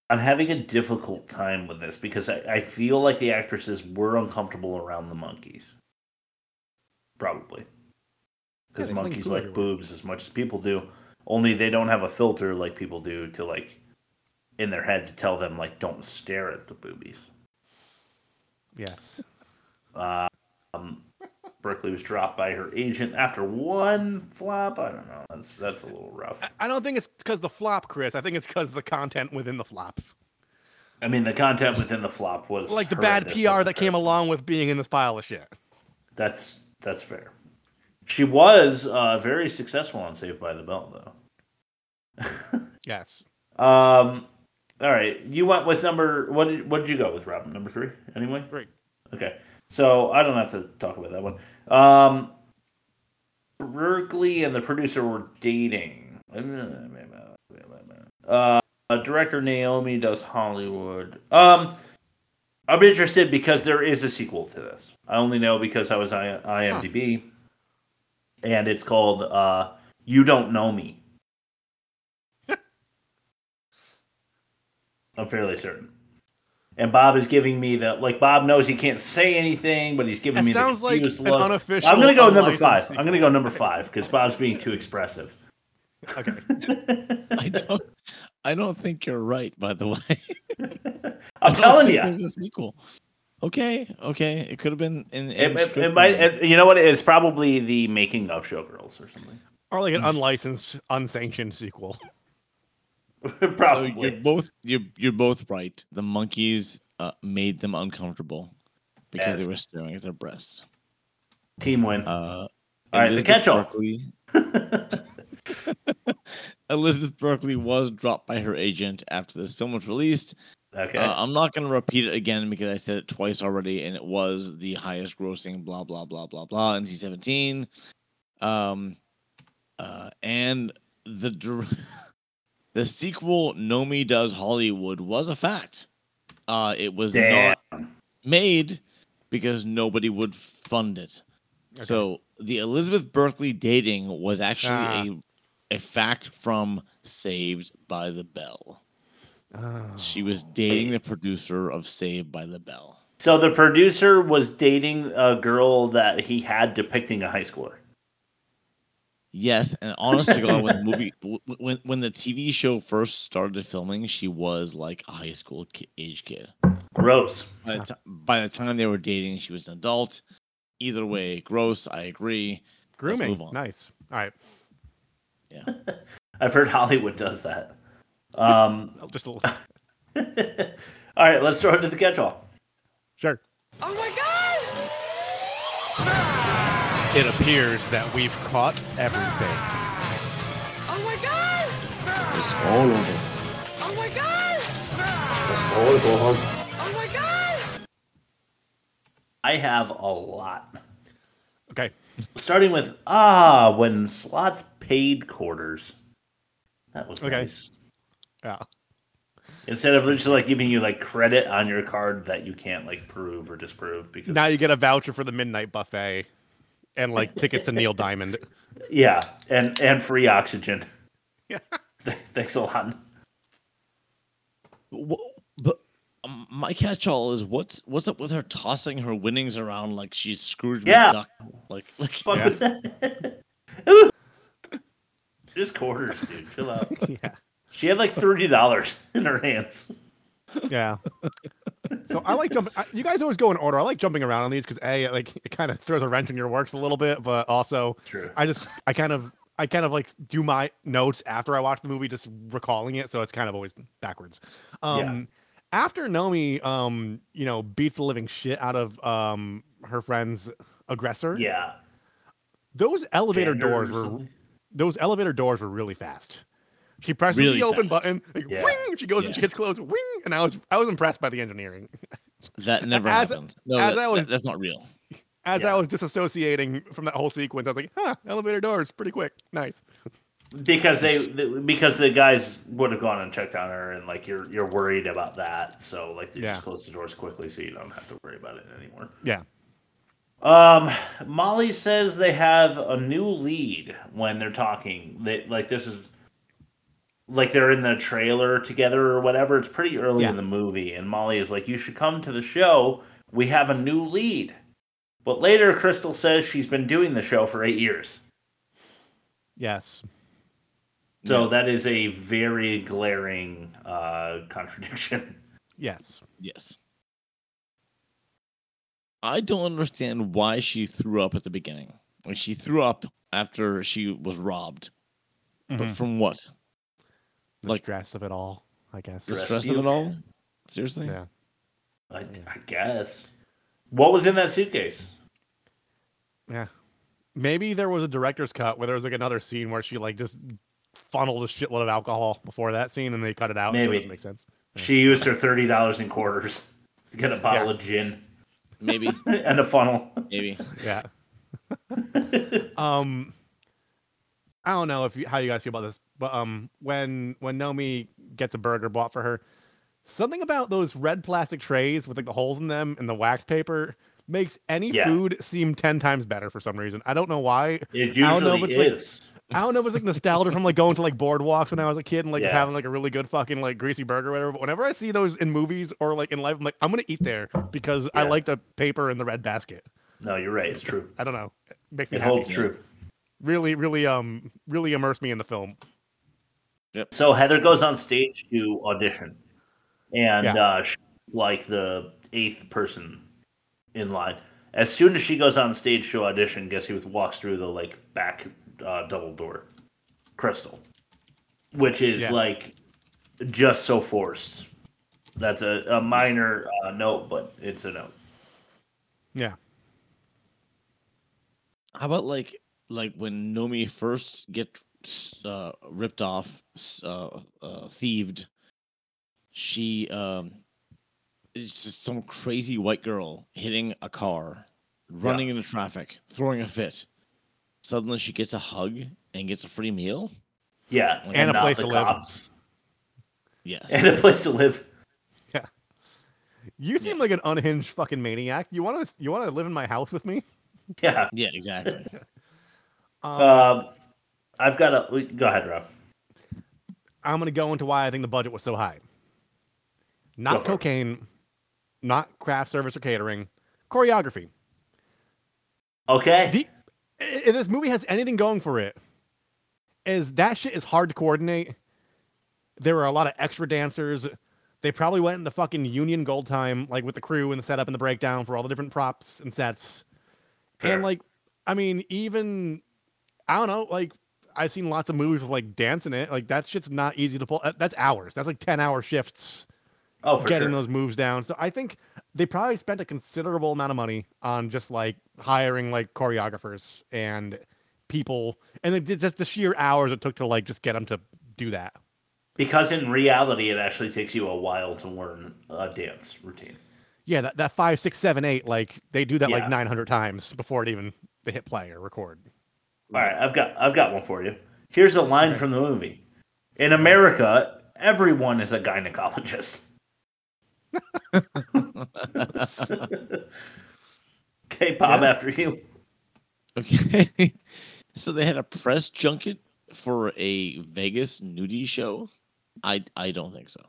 Speaker 1: I'm having a difficult time with this because I, I feel like the actresses were uncomfortable around the monkeys. Probably. Because
Speaker 2: they fling
Speaker 1: monkeys
Speaker 2: poo
Speaker 1: like
Speaker 2: everywhere.
Speaker 1: boobs as much as people do, only they don't have a filter like people do to, like, in their head to tell them, like, don't stare at the boobies.
Speaker 2: Yes.
Speaker 1: Uh, um, Berkeley was dropped by her agent after one flop. I don't know. That's, that's a little rough.
Speaker 2: I don't think it's because the flop, Chris. I think it's because the content within the flop.
Speaker 1: I mean, the content within the flop was
Speaker 2: Like the bad
Speaker 1: horrendous.
Speaker 2: PR that came along with being in this pile of shit.
Speaker 1: That's that's fair. She was uh, very successful on Saved by the Bell,
Speaker 2: Yes.
Speaker 1: though. Um, all right, you went with number what? Did, what did you go with, Robin? Number three, anyway.
Speaker 2: Three.
Speaker 1: Okay, so I don't have to talk about that one. Um, Berkeley and the producer were dating. Uh, director Naomi does Hollywood. Um, I'm interested because there is a sequel to this. I only know because I was I- IMDb, and it's called uh, "You Don't Know
Speaker 2: <laughs>
Speaker 1: Me." I'm fairly certain. And Bob is giving me the like. Bob knows he can't say anything, but he's giving
Speaker 2: That
Speaker 1: me
Speaker 2: sounds
Speaker 1: the
Speaker 2: like
Speaker 1: confused
Speaker 2: an
Speaker 1: look.
Speaker 2: unofficial,
Speaker 1: I'm gonna go number five.
Speaker 2: unlicensed
Speaker 1: I'm gonna go number five because Bob's being too expressive.
Speaker 3: <laughs> I don't. I don't think you're right. By the <laughs> way, <laughs> I
Speaker 1: I'm
Speaker 3: don't
Speaker 1: telling
Speaker 3: think
Speaker 1: you.
Speaker 3: there's a sequel. Okay, okay, it could have been in.
Speaker 1: It,
Speaker 3: in
Speaker 1: it-
Speaker 3: strip
Speaker 1: it might.
Speaker 3: mall.
Speaker 1: it- you know what? It's probably the making of Showgirls or something.
Speaker 2: Or like an unlicensed, unsanctioned sequel.
Speaker 1: Probably.
Speaker 3: Oh, So you're both you're you're both right. The monkeys uh, made them uncomfortable because
Speaker 1: Yes.
Speaker 3: they were staring at their breasts.
Speaker 1: Team win.
Speaker 3: Uh,
Speaker 1: All right, the
Speaker 3: Elizabeth
Speaker 1: catch-all. <laughs>
Speaker 3: Berkley- <laughs> Elizabeth Berkley was dropped by her agent after this film was released.
Speaker 1: Okay.
Speaker 3: Uh, I'm not going to repeat it again because I said it twice already, and it was the highest grossing blah blah blah blah blah NC-17. Um, uh, and the dir- <laughs> the sequel Nomi Does Hollywood was a fact. Uh, it was not made because nobody would fund it. So the Elizabeth Berkley dating was actually a a fact from Saved by the Bell. She was dating the producer of Saved by the Bell.
Speaker 1: So the producer was dating a girl that he had depicting a high schooler.
Speaker 3: Yes, and honest to God, when the movie w- w- when when the TV show first started filming, she was like a high school ki- age kid.
Speaker 1: Gross.
Speaker 3: By the, ti- by the time they were dating, she was an adult. Either way, gross. I agree. Let's
Speaker 2: Grooming.
Speaker 3: move on.
Speaker 2: Nice. All right.
Speaker 3: Yeah.
Speaker 1: I've heard Hollywood does that. Um,
Speaker 2: Oh, Just a little. <laughs>
Speaker 1: all right, let's throw it to the catch-all.
Speaker 2: Sure.
Speaker 8: Oh my god!
Speaker 2: It appears that we've caught everything.
Speaker 8: Oh my god!
Speaker 19: It's all over.
Speaker 8: Oh my god!
Speaker 5: That's horrible.
Speaker 8: Oh my god!
Speaker 1: I have a lot.
Speaker 2: Okay.
Speaker 1: Starting with ah, when slots paid quarters. That was
Speaker 2: Okay.
Speaker 1: nice.
Speaker 2: Yeah.
Speaker 1: Instead of just like giving you like credit on your card that you can't like prove or disprove because
Speaker 2: Now you get a voucher for the midnight buffet, and like tickets to Neil Diamond.
Speaker 1: yeah, and and free oxygen.
Speaker 2: Yeah.
Speaker 1: Thanks a lot.
Speaker 3: Wha- But um, my catch-all is what's what's up with her tossing her winnings around like she's Scrooge
Speaker 1: Yeah.
Speaker 3: McDuck? Like, <laughs> like
Speaker 1: Fuck was that? <laughs> just quarters, dude. Chill out.
Speaker 2: yeah.
Speaker 1: She had like thirty dollars in her hands.
Speaker 2: Yeah. <laughs> so I like jumping. I- You guys always go in order. I like jumping around on these because a it, like it kind of throws a wrench in your works a little bit, but also
Speaker 1: True.
Speaker 2: I just I kind of I kind of like do my notes after I watch the movie, just recalling it. So it's kind of always backwards.
Speaker 1: Yeah.
Speaker 2: Um, After Nomi, um, you know, beats the living shit out of um her friend's aggressor.
Speaker 1: Yeah.
Speaker 2: Those elevator
Speaker 1: Xander or
Speaker 2: doors were
Speaker 1: something?
Speaker 2: those elevator doors were really fast. She presses
Speaker 3: Really
Speaker 2: the open
Speaker 3: fast.
Speaker 2: button, like,
Speaker 1: Yeah.
Speaker 2: wing, she goes and she
Speaker 3: Yes.
Speaker 2: gets closed, wing, and I was I was impressed by the engineering. <laughs>
Speaker 3: that never
Speaker 2: As-
Speaker 3: happens. No,
Speaker 2: as
Speaker 3: that-
Speaker 2: I was-
Speaker 3: that- that's not real.
Speaker 2: As I was disassociating from that whole sequence, I was like, huh, elevator doors, pretty quick, nice.
Speaker 1: Because they because the guys would have gone and checked on her and like you're you're worried about that. So like they
Speaker 2: Yeah.
Speaker 1: just close the doors quickly so you don't have to worry about it anymore.
Speaker 2: Yeah.
Speaker 1: Um, Molly says they have a new lead when they're talking. They like this is like they're in the trailer together or whatever. It's pretty early in the movie, and Molly is like, "You should come to the show. We have a new lead." But later, Crystal says she's been doing the show for eight years.
Speaker 2: Yes.
Speaker 1: So that is a very glaring uh, <laughs> contradiction.
Speaker 2: Yes.
Speaker 3: Yes. I don't understand why she threw up at the beginning. Like she threw up after she was robbed. But
Speaker 2: Mhm.
Speaker 3: from what?
Speaker 2: The
Speaker 3: Like-
Speaker 2: stress of it all, I guess.
Speaker 3: The stress of it all? Seriously?
Speaker 2: Yeah.
Speaker 1: I, I guess. What was in that suitcase?
Speaker 2: Yeah. Maybe there was a director's cut where there was like another scene where she like just funneled a shitload of alcohol before that scene and they cut it out. So it
Speaker 1: Maybe.
Speaker 2: doesn't make sense.
Speaker 1: She used her thirty dollars in quarters to get a bottle of gin
Speaker 3: Maybe.
Speaker 1: <laughs> and a funnel.
Speaker 3: Maybe.
Speaker 1: <laughs>
Speaker 2: Yeah. um I don't know if you, how you guys feel about this, but um when when Nomi gets a burger bought for her, something about those red plastic trays with like the holes in them and the wax paper makes any
Speaker 1: Yeah.
Speaker 2: food seem 10 times better for some reason. I don't know why.
Speaker 1: It
Speaker 2: I don't know if
Speaker 1: usually
Speaker 2: it's,
Speaker 1: is.
Speaker 2: like, I don't know if it's like nostalgia from like going to like boardwalks when I was a kid and like just
Speaker 1: Yeah.
Speaker 2: having like a really good fucking like greasy burger or whatever. But whenever I see those in movies or like in life, I'm like, I'm gonna eat there because I
Speaker 1: Yeah.
Speaker 2: like the paper and the red basket.
Speaker 1: No, you're right. It's true.
Speaker 2: I don't know. It makes me
Speaker 1: It
Speaker 2: happy.
Speaker 1: holds true.
Speaker 2: Really, really, um, really immersed me in the film.
Speaker 1: So Heather goes on stage to audition, and
Speaker 2: Yeah.
Speaker 1: uh, she's like the eighth person in line. As soon as she goes on stage to audition, guess who walks through the like back uh, double door? Crystal, which is
Speaker 2: Yeah.
Speaker 1: like just so forced. That's a, a minor uh, note, but it's a note.
Speaker 2: Yeah.
Speaker 3: How about like like when Nomi first get uh, ripped off, uh, uh, thieved? She um, it's just some crazy white girl hitting a car, running into traffic, throwing a fit. Suddenly, she gets a hug and gets a free meal.
Speaker 1: Yeah,
Speaker 3: Like,
Speaker 1: and
Speaker 3: not
Speaker 1: a place
Speaker 3: the
Speaker 1: to live.
Speaker 3: cops.
Speaker 1: <laughs>
Speaker 3: Yes,
Speaker 1: And a <laughs> place to live.
Speaker 2: Yeah. You seem like an unhinged fucking maniac. You want to you want to live in my house with me?
Speaker 1: Yeah.
Speaker 3: Yeah. Exactly.
Speaker 2: Um,
Speaker 1: Um, I've got a. Go ahead, Rob.
Speaker 2: I'm gonna go into why I think the budget was so high. Not
Speaker 1: Go for it.
Speaker 2: cocaine, not craft service or catering, choreography.
Speaker 1: Okay.
Speaker 2: The, i- if this movie has anything going for it, is that shit is hard to coordinate. There were a lot of extra dancers. They probably went into fucking union gold time, like with the crew and the setup and the breakdown for all the different props and sets. And like, I mean, even I don't know, like I've seen lots of movies with like dance in it. Like that shit's not easy to pull. uh, That's hours. That's like ten hour shifts.
Speaker 1: Oh, for
Speaker 2: getting
Speaker 1: sure.
Speaker 2: those moves down. So I think they probably spent a considerable amount of money on just like hiring like choreographers and people, and they did just the sheer hours it took to like just get them to do that.
Speaker 1: Because in reality, it actually takes you a while to learn a dance routine.
Speaker 2: Mm-hmm. Yeah, that, that five, six, seven, eight, like they do that
Speaker 1: Yeah.
Speaker 2: like nine hundred times before it even they hit play or record.
Speaker 1: All right, I've got I've got one for you. Here's a line from the movie. In America, everyone is a gynecologist.
Speaker 2: <laughs>
Speaker 1: okay, Bob,
Speaker 3: Yeah.
Speaker 1: after you.
Speaker 3: Okay. <laughs> so they had a press junket for a Vegas nudie show. I I don't think so.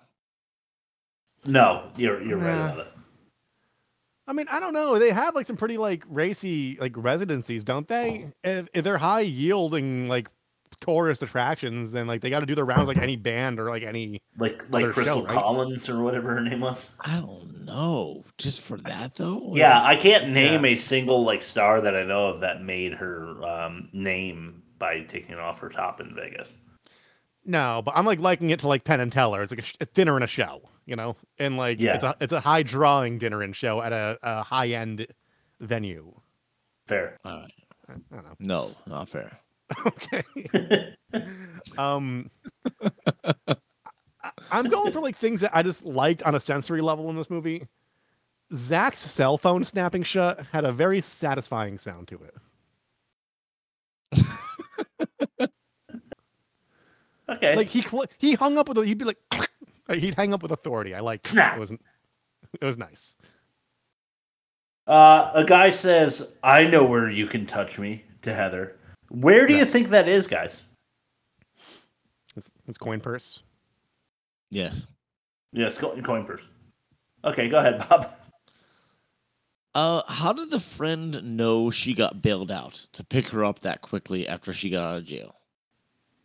Speaker 1: No, you're you're right
Speaker 2: Nah.
Speaker 1: about it.
Speaker 2: I mean, I don't know. They have like some pretty like racy like residencies, don't they? If, if they're high yielding like tourist attractions, then like they got to do their rounds like any band or like any
Speaker 1: Like like
Speaker 2: other
Speaker 1: Crystal
Speaker 2: show, right?
Speaker 1: Collins or whatever her name was.
Speaker 3: I don't know. Just for that though.
Speaker 1: Yeah, I can't name a single like star that I know of that made her um, name by taking off her top in Vegas.
Speaker 2: No, but I'm like liking it to like Penn and Teller. It's like a, sh- it's dinner and a show, you know, and like it's
Speaker 1: Yeah.
Speaker 2: a it's a high drawing dinner and show at a, a high end venue. <laughs>
Speaker 1: Fair.
Speaker 3: All right.
Speaker 2: I don't know.
Speaker 3: No, not fair.
Speaker 2: okay.
Speaker 1: <laughs>
Speaker 2: um, I, I'm going for like things that I just liked on a sensory level in this movie. Zach's cell phone snapping shut had a very satisfying sound to it.
Speaker 1: Okay.
Speaker 2: Like he cl- he hung up with a, he'd be like, <laughs> like, he'd hang up with authority. I liked it.
Speaker 1: Snap.
Speaker 2: It was it was nice.
Speaker 1: Uh, a guy says, "I know where you can touch me." To Heather, where do you think that is, guys?
Speaker 2: It's, it's coin purse.
Speaker 3: Yes.
Speaker 1: Yes, co- coin purse. Okay, go ahead, <laughs> Bob.
Speaker 3: Uh, how did the friend know she got bailed out to pick her up that quickly after she got out of jail?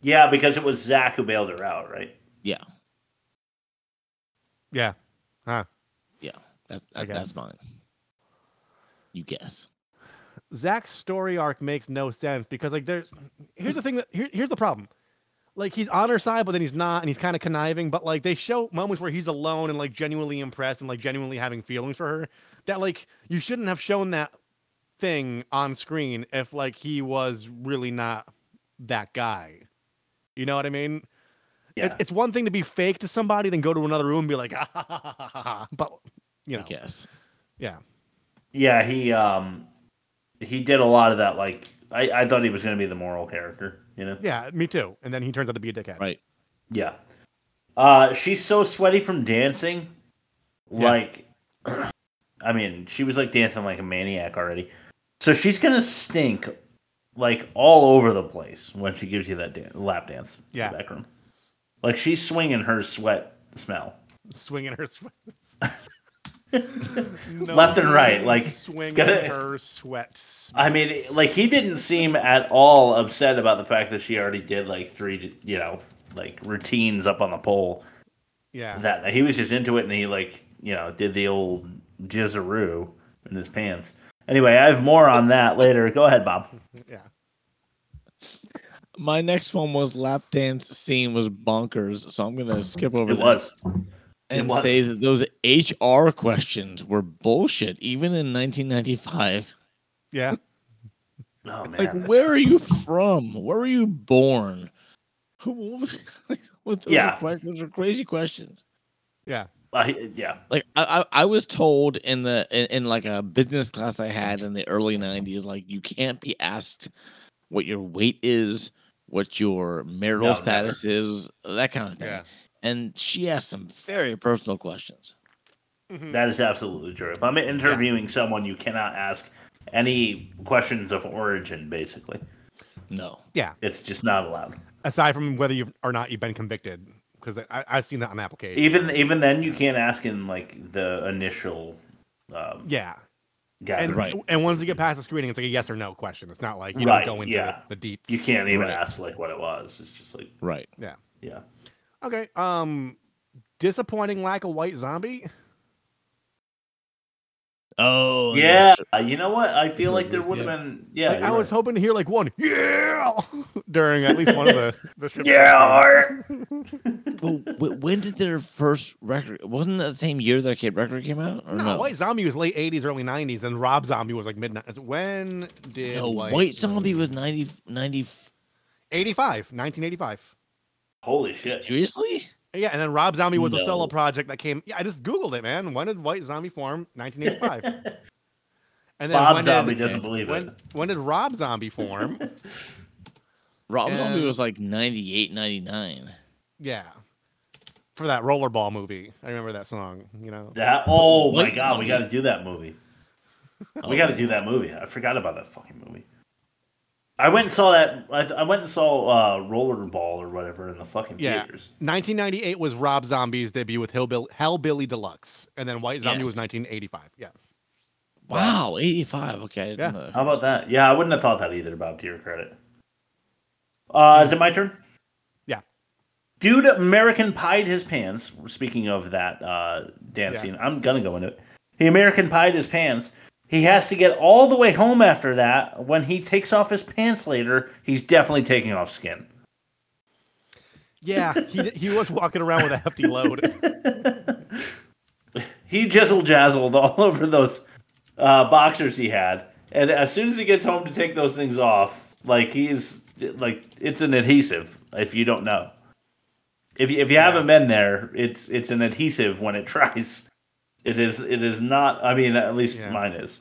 Speaker 1: Yeah, because it was Zach who bailed her out, right?
Speaker 3: Yeah.
Speaker 2: Yeah. Huh.
Speaker 3: Yeah. That,
Speaker 2: I
Speaker 3: that- that's
Speaker 2: guess.
Speaker 3: mine. You guess.
Speaker 2: Zach's story arc makes no sense because like there's here's the thing that here, here's the problem. Like he's on her side, but then he's not, and he's kind of conniving. But like they show moments where he's alone and like genuinely impressed and like genuinely having feelings for her. That like you shouldn't have shown that thing on screen if like he was really not that guy. You know what I mean? It-
Speaker 1: Yeah.
Speaker 2: it's one thing to be fake to somebody, then go to another room and be like, <laughs> ah, ha, ha, ha, ha, ha. but you know,
Speaker 3: Yes.
Speaker 2: yeah.
Speaker 1: Yeah, he um, he did a lot of that. Like, I, I thought he was going to be the moral character, you know?
Speaker 2: Yeah, me too. And then he turns out to be a dickhead.
Speaker 3: Right.
Speaker 1: Yeah. Uh, she's so sweaty from dancing.
Speaker 2: Yeah.
Speaker 1: Like, <clears throat> I mean, she was like dancing like a maniac already. So she's gonna stink like all over the place when she gives you that dan- lap dance. in the
Speaker 2: Yeah.
Speaker 1: back room. Like she's swinging her sweat smell
Speaker 2: swinging
Speaker 1: <laughs>
Speaker 2: her sweat.
Speaker 1: left and right. Like
Speaker 2: swinging
Speaker 1: gotta-
Speaker 2: her sweats.
Speaker 1: I mean, like he didn't seem at all upset about the fact that she already did like three, you know, like routines up on the pole.
Speaker 2: Yeah.
Speaker 1: that night. he was just into it and he like you know did the old jizzaroo in his pants anyway i have more on that later go ahead bob
Speaker 2: yeah.
Speaker 1: <laughs>
Speaker 3: My next one was lap dance scene was bonkers, so I'm gonna skip over
Speaker 1: it
Speaker 3: that.
Speaker 1: was
Speaker 3: and
Speaker 1: was.
Speaker 3: say that those HR questions were bullshit, even in 1995.
Speaker 2: Yeah.
Speaker 1: Oh man.
Speaker 3: Like, where are you from? Where were you born? Who? <laughs> like, what- those
Speaker 1: Yeah.
Speaker 3: are que- those are crazy questions.
Speaker 2: Yeah.
Speaker 1: I, yeah.
Speaker 3: Like I, I, I was told in the in, in like a business class I had in the early '90s, like you can't be asked what your weight is, what your marital
Speaker 1: No, never.
Speaker 3: status is, that kind of thing. And she asked some very personal questions.
Speaker 1: That is absolutely true. If I'm interviewing someone, you cannot ask any questions of origin, basically.
Speaker 3: No.
Speaker 2: Yeah.
Speaker 1: It's just not allowed.
Speaker 2: Aside from whether you've or not you've been convicted, because I, I've seen that on applications.
Speaker 1: Even even then, you can't ask in like the initial. Um,
Speaker 2: Yeah.
Speaker 1: gathering.
Speaker 2: and, and once you get past the screening, it's like a yes or no question. It's not like you
Speaker 1: Right,
Speaker 2: don't go into
Speaker 1: yeah.
Speaker 2: the, the deets.
Speaker 1: You can't even
Speaker 2: Right.
Speaker 1: ask like what it was. It's just like
Speaker 3: Right.
Speaker 2: Yeah.
Speaker 1: yeah.
Speaker 2: Okay. Um, disappointing lack of white zombie.
Speaker 3: Oh
Speaker 1: yeah. You know what? I feel like there
Speaker 2: there's-
Speaker 1: would have
Speaker 2: yeah.
Speaker 1: been yeah.
Speaker 2: Like, I
Speaker 1: you're
Speaker 2: was
Speaker 1: right.
Speaker 2: hoping to hear like one yeah <laughs> during at least one of the
Speaker 1: <laughs>
Speaker 2: the strip
Speaker 1: Yeah,
Speaker 2: club scenes.
Speaker 3: Well, wh- when did their first record? Wasn't that the same year their kid record came out? Or
Speaker 2: No,
Speaker 3: no,
Speaker 2: White Zombie was late '80s, early '90s, and Rob Zombie was like midnight. When did
Speaker 3: No,
Speaker 2: White,
Speaker 3: White
Speaker 2: <laughs>
Speaker 3: Zombie was 90, 90
Speaker 2: 85, 1985?
Speaker 1: Holy shit!
Speaker 3: Seriously?
Speaker 2: Yeah, and then Rob Zombie was a solo
Speaker 3: No.
Speaker 2: project that came. Yeah, I just googled it, man. When did White Zombie form?
Speaker 3: <laughs>
Speaker 2: 1985. and
Speaker 1: Bob
Speaker 2: when
Speaker 1: Zombie doesn't believe it.
Speaker 2: when, When did Rob Zombie
Speaker 3: <laughs>
Speaker 2: form?
Speaker 3: Rob Zombie
Speaker 2: And-
Speaker 3: was like 98, 99.
Speaker 2: yeah, for that rollerball movie. I remember that song. You know
Speaker 1: That oh my
Speaker 2: White
Speaker 1: god, we
Speaker 2: Zombie.
Speaker 1: got to do that movie.
Speaker 3: Oh,
Speaker 1: we got to
Speaker 3: yeah.
Speaker 1: do that movie. I forgot about that fucking movie. I went and saw that. I, th- I went and saw uh, Rollerball or whatever in the fucking
Speaker 2: Yeah.
Speaker 1: theaters.
Speaker 2: 1998 was Rob Zombie's debut with Hillbill, Hellbilly Deluxe, and then White Zombie was
Speaker 3: Yes.
Speaker 2: 1985.
Speaker 3: <laughs>
Speaker 2: Yeah.
Speaker 3: Wow, 85. Okay. I didn't
Speaker 2: Yeah.
Speaker 3: know.
Speaker 1: How about that? Yeah, I wouldn't have thought that either. Bob, to your credit. Uh, is it my turn?
Speaker 2: Yeah.
Speaker 1: Dude, American pied his pants. Speaking of that uh, dance
Speaker 2: Yeah.
Speaker 1: scene, I'm gonna go into it. He American pied his pants. He has to get all the way home after that. When he takes off his pants later, he's definitely taking off skin.
Speaker 2: Yeah, he did- he was walking around with a hefty load.
Speaker 1: he jizzle jazzled <laughs> all over those uh, boxers he had, and as soon as he gets home to take those things off, like he's like it's an adhesive. If you don't know, if you, if you haven't been there, it's it's an adhesive when it <laughs> tries. It is it is not. I mean, at least mine is.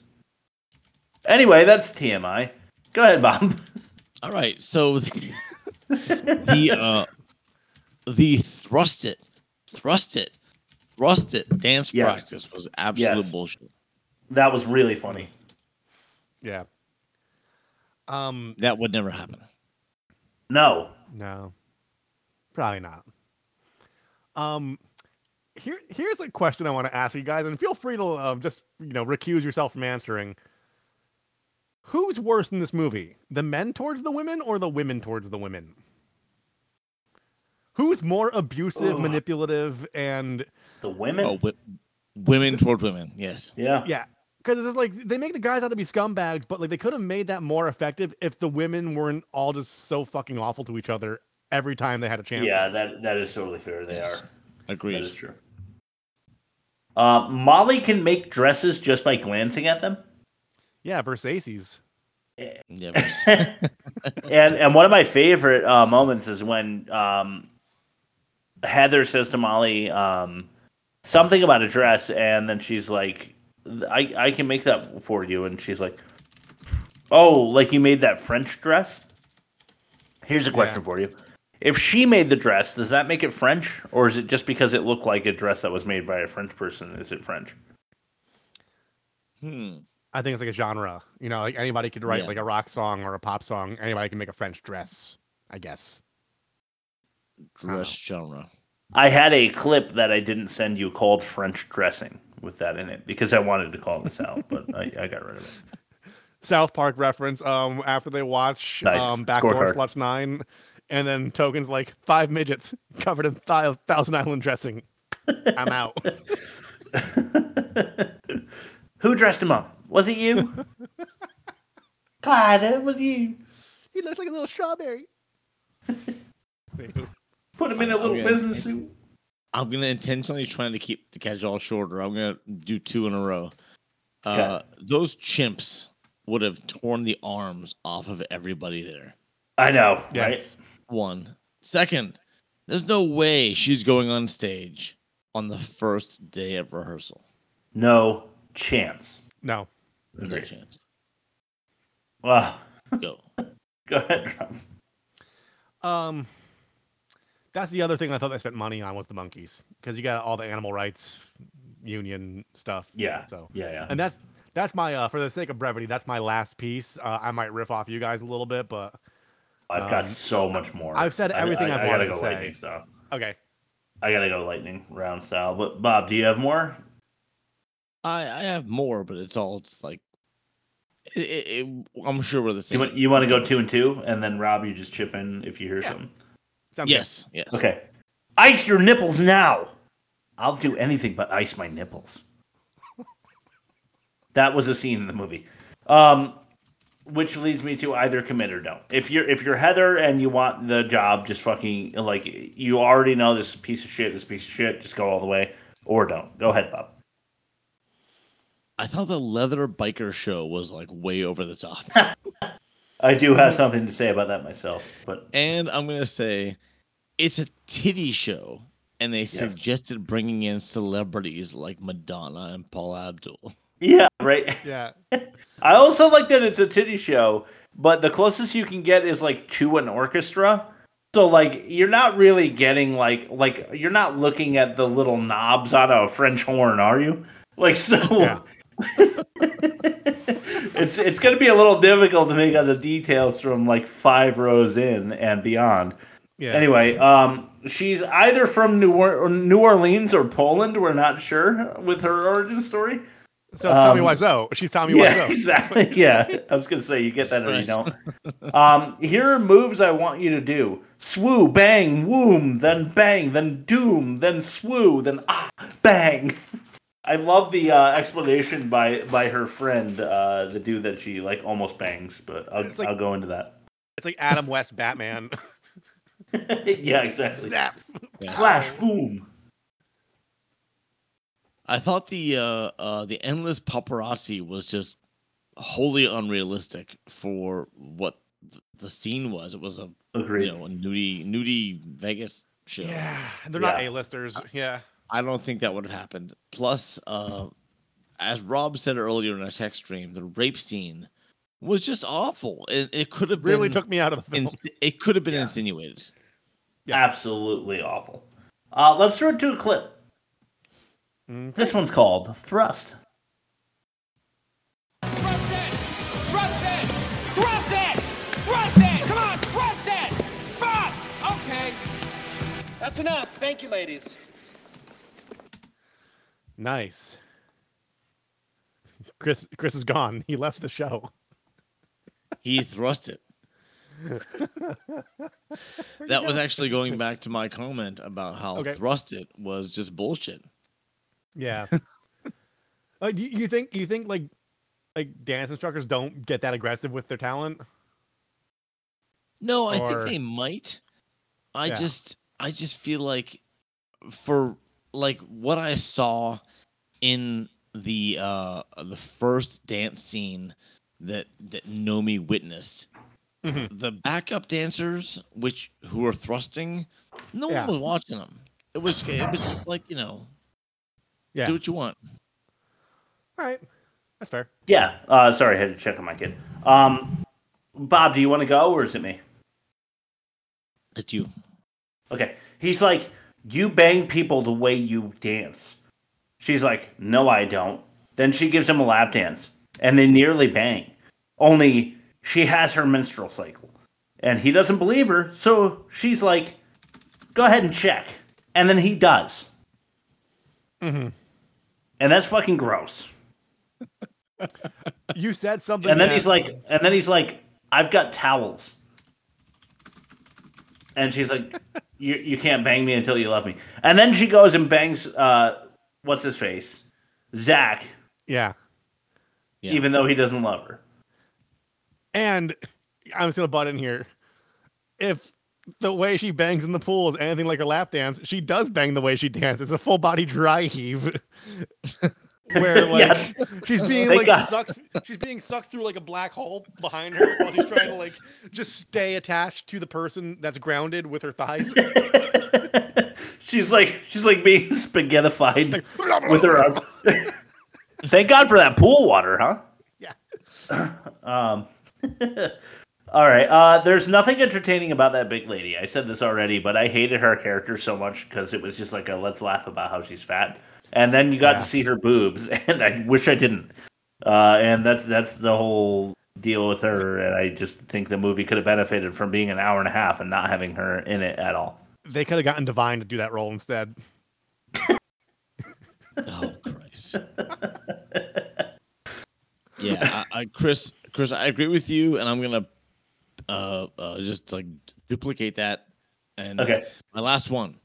Speaker 1: Anyway, that's TMI. Go ahead, Bob. <laughs>
Speaker 3: All right. So <laughs> the the, uh, the thrust it, thrust it, thrust it dance
Speaker 1: Yes.
Speaker 3: practice was absolute
Speaker 1: Yes.
Speaker 3: bullshit.
Speaker 1: That was really funny.
Speaker 2: Yeah. Um.
Speaker 3: That would never happen.
Speaker 1: No,
Speaker 2: No. Probably not. Um. Here, here's a question I want to ask you guys, and feel free to um, just you know recuse yourself from answering. Who's worse in this movie, the men towards the women or the women towards the women? Who's more abusive,
Speaker 1: Ugh.
Speaker 2: manipulative, and
Speaker 1: the women.
Speaker 3: Oh, wi- women toward women. Yes.
Speaker 1: yeah.
Speaker 2: Yeah. Because it's just like they make the guys out to be scumbags, but like they could have made that more effective if the women weren't all just so fucking awful to each other every time they had a chance.
Speaker 1: Yeah, that that is totally fair. They
Speaker 3: Yes.
Speaker 1: are. That
Speaker 3: Agreed.
Speaker 1: is true. Uh, Molly can make dresses just by glancing at them.
Speaker 2: Yeah, Versace's.
Speaker 3: Never.
Speaker 1: <laughs> And and one of my favorite uh, moments is when um, Heather says to Molly um, something about a dress, and then she's like, "I I can make that for you," and she's like, "Oh, like you made that French dress." Here's a question
Speaker 2: Yeah.
Speaker 1: for you. If she made the dress, does that make it French, or is it just because it looked like a dress that was made by a French person? Is it French?
Speaker 3: hmm.
Speaker 2: I think it's like a genre. You know, like anybody could write
Speaker 3: Yeah.
Speaker 2: like a rock song or a pop song. Anybody can make a French dress, I guess.
Speaker 3: Dress genre.
Speaker 1: I had a clip that I didn't send you called French dressing with that in it because I wanted to call this out, but I, I got rid of it.
Speaker 2: South Park reference. Um, after they watch
Speaker 1: Nice.
Speaker 2: um Backdoor
Speaker 1: Scorecard.
Speaker 2: Sluts Nine, and then Token's like five midgets covered in thou- Thousand
Speaker 1: <laughs>
Speaker 2: Island dressing. I'm out. <laughs>
Speaker 1: <laughs> Who dressed him up? Was it you? <laughs> God, it was you.
Speaker 2: he looks like a little strawberry.
Speaker 1: Put him in a little
Speaker 3: Okay.
Speaker 1: business suit.
Speaker 3: I'm gonna intentionally trying to keep the catch all shorter. I'm gonna do two in a row. Uh, Those chimps would have torn the arms off of everybody there.
Speaker 1: I know, Yes. right?
Speaker 3: One second. There's no way she's going on stage on the first day of rehearsal.
Speaker 1: No chance.
Speaker 2: No.
Speaker 3: There's no chance.
Speaker 1: Wow.
Speaker 3: Go.
Speaker 1: <laughs>
Speaker 3: <laughs>
Speaker 1: Go ahead, Trump.
Speaker 2: Um, that's the other thing I thought they spent money on was the monkeys because you got all the animal rights union stuff.
Speaker 1: Yeah.
Speaker 2: So
Speaker 1: Yeah, yeah.
Speaker 2: and that's that's my uh, for the sake of brevity, that's my last piece. Uh, I might riff off you guys a little bit, but
Speaker 1: I've got so much more.
Speaker 2: um, I've said
Speaker 1: I-
Speaker 2: everything
Speaker 1: I-
Speaker 2: have
Speaker 1: I gotta
Speaker 2: wanted to
Speaker 1: go
Speaker 2: say.
Speaker 1: lightning style.
Speaker 2: Okay.
Speaker 1: I gotta go lightning round style. But Bob, do you have more?
Speaker 3: I I have more, but it's all it's like. It, it, it- I'm sure we're the
Speaker 1: You
Speaker 3: same.
Speaker 1: want, you want to go two and two, and then Rob, you just chip in if you hear something.
Speaker 3: yes, yes.
Speaker 1: Okay. Ice your nipples now. I'll do anything but ice my nipples. that was a scene in the movie. Um, which leads me to either commit or don't. If you're if you're Heather and you want the job, just fucking like you already know this piece of shit, this piece of shit, just go all the way or don't. Go ahead, Bob.
Speaker 3: I thought the leather biker show was like way over the top.
Speaker 1: I do have something to say about that myself, but
Speaker 3: and I'm gonna say, it's a titty show, and they suggested bringing in celebrities like Madonna and Paul Abdul.
Speaker 1: Yeah, right. <laughs>
Speaker 2: Yeah.
Speaker 1: I also like that it's a titty show, but the closest you can get is like to an orchestra. So like you're not really getting like like you're not looking at the little knobs on a French horn, are you? Like so <laughs> It's it's going to be a little difficult to make out the details from like 5 rows in and beyond.
Speaker 2: Yeah.
Speaker 1: Anyway, um she's either from New, or- or New Orleans or Poland, we're not sure with her origin story.
Speaker 2: So it's Tommy
Speaker 1: Um,
Speaker 2: Wiseau. She's Tommy
Speaker 1: yeah, <laughs>
Speaker 2: Wiseau.
Speaker 1: Exactly. Yeah. I was gonna say you get that or you don't. Um, here are moves I want you to do. Swoo, bang, woom, then bang, then doom, then swoo, then ah, bang. I love the uh, explanation by by her friend, uh, the dude that she like almost bangs, but I'll,
Speaker 2: like-
Speaker 1: I'll go into that. <laughs>
Speaker 2: It's like Adam West Batman.
Speaker 1: yeah, exactly.
Speaker 2: Zap.
Speaker 1: Flash, boom.
Speaker 3: I thought the uh, uh, the endless paparazzi was just wholly unrealistic for what th- the scene was. It was a
Speaker 1: Agreed.
Speaker 3: you know a nudie nudie Vegas show.
Speaker 2: Yeah, they're not A-listers.
Speaker 1: Uh,
Speaker 2: Yeah.
Speaker 3: I don't think that would have happened. Plus, uh, as Rob said earlier in our text stream, the rape scene was just awful. It, it could have
Speaker 2: Really
Speaker 3: been
Speaker 2: took me out of the film.
Speaker 3: ins- it could have been insinuated.
Speaker 1: Absolutely awful. Uh, let's throw it to a clip. This one's called Thrust.
Speaker 8: Thrust it! Thrust it! Thrust it! Come on, thrust it! Bob! Okay. That's enough. Thank you, ladies.
Speaker 2: Nice. Chris Chris is gone. He left the show.
Speaker 3: He thrust it. That was actually going back to my comment about how
Speaker 2: Okay.
Speaker 3: thrust it was just bullshit.
Speaker 2: Yeah. like you, you think you think like like dance instructors don't get that aggressive with their talent?
Speaker 3: No, I
Speaker 2: Or-
Speaker 3: think they might. I
Speaker 2: Yeah.
Speaker 3: just I just feel like for like what I saw in the uh the first dance scene that that Nomi witnessed
Speaker 2: Mm-hmm.
Speaker 3: the backup dancers which who were thrusting no
Speaker 2: Yeah.
Speaker 3: one was watching them it was it was just like you know
Speaker 2: Yeah.
Speaker 3: do what you want
Speaker 2: All right. That's fair.
Speaker 1: Yeah. Uh, sorry, I had to check on my kid. Um, Bob, do you want to go or is it me?
Speaker 3: It's you.
Speaker 1: Okay. He's like, you bang people the way you dance. She's like, no, I don't. Then she gives him a lap dance and they nearly bang. Only she has her menstrual cycle and he doesn't believe her. So she's like, go ahead and check. And then he does.
Speaker 2: Mhm.
Speaker 1: And that's fucking gross.
Speaker 2: You said something
Speaker 1: and then
Speaker 2: that-
Speaker 1: he's like, and then he's like, I've got towels. And she's like, you, you can't bang me until you love me. And then she goes and bangs, uh, what's his face? Zach,
Speaker 2: Yeah.
Speaker 1: even though he doesn't love her.
Speaker 2: And I'm just gonna butt in here. If the way she bangs in the pool is anything like her lap dance. She does bang the way she dances. It's a full body dry heave. Where like
Speaker 16: Yeah.
Speaker 2: she's being
Speaker 16: They
Speaker 2: like
Speaker 16: got-
Speaker 2: sucked she's being sucked through like a black hole behind her while she's trying to like just stay attached to the person that's grounded with her thighs.
Speaker 1: She's like she's like being <laughs> spaghettified with her arm. <laughs> Thank God for that pool water, huh? Yeah. um. all right. Uh, there's nothing entertaining about that big lady. I said this already, but I hated her character so much because it was just like a let's laugh about how she's fat, and then you got
Speaker 2: Yeah.
Speaker 1: to see her boobs, <laughs> and I wish I didn't. Uh, and that's that's the whole deal with her. And I just think the movie could have benefited from being an hour and a half and not having her in it at all.
Speaker 2: They could have gotten Divine to do that role instead.
Speaker 3: Oh,
Speaker 1: <laughs>
Speaker 3: yeah, I, I, Chris, Chris, I agree with you, and I'm gonna uh, uh just like duplicate that. And uh,
Speaker 1: Okay.
Speaker 3: my last one.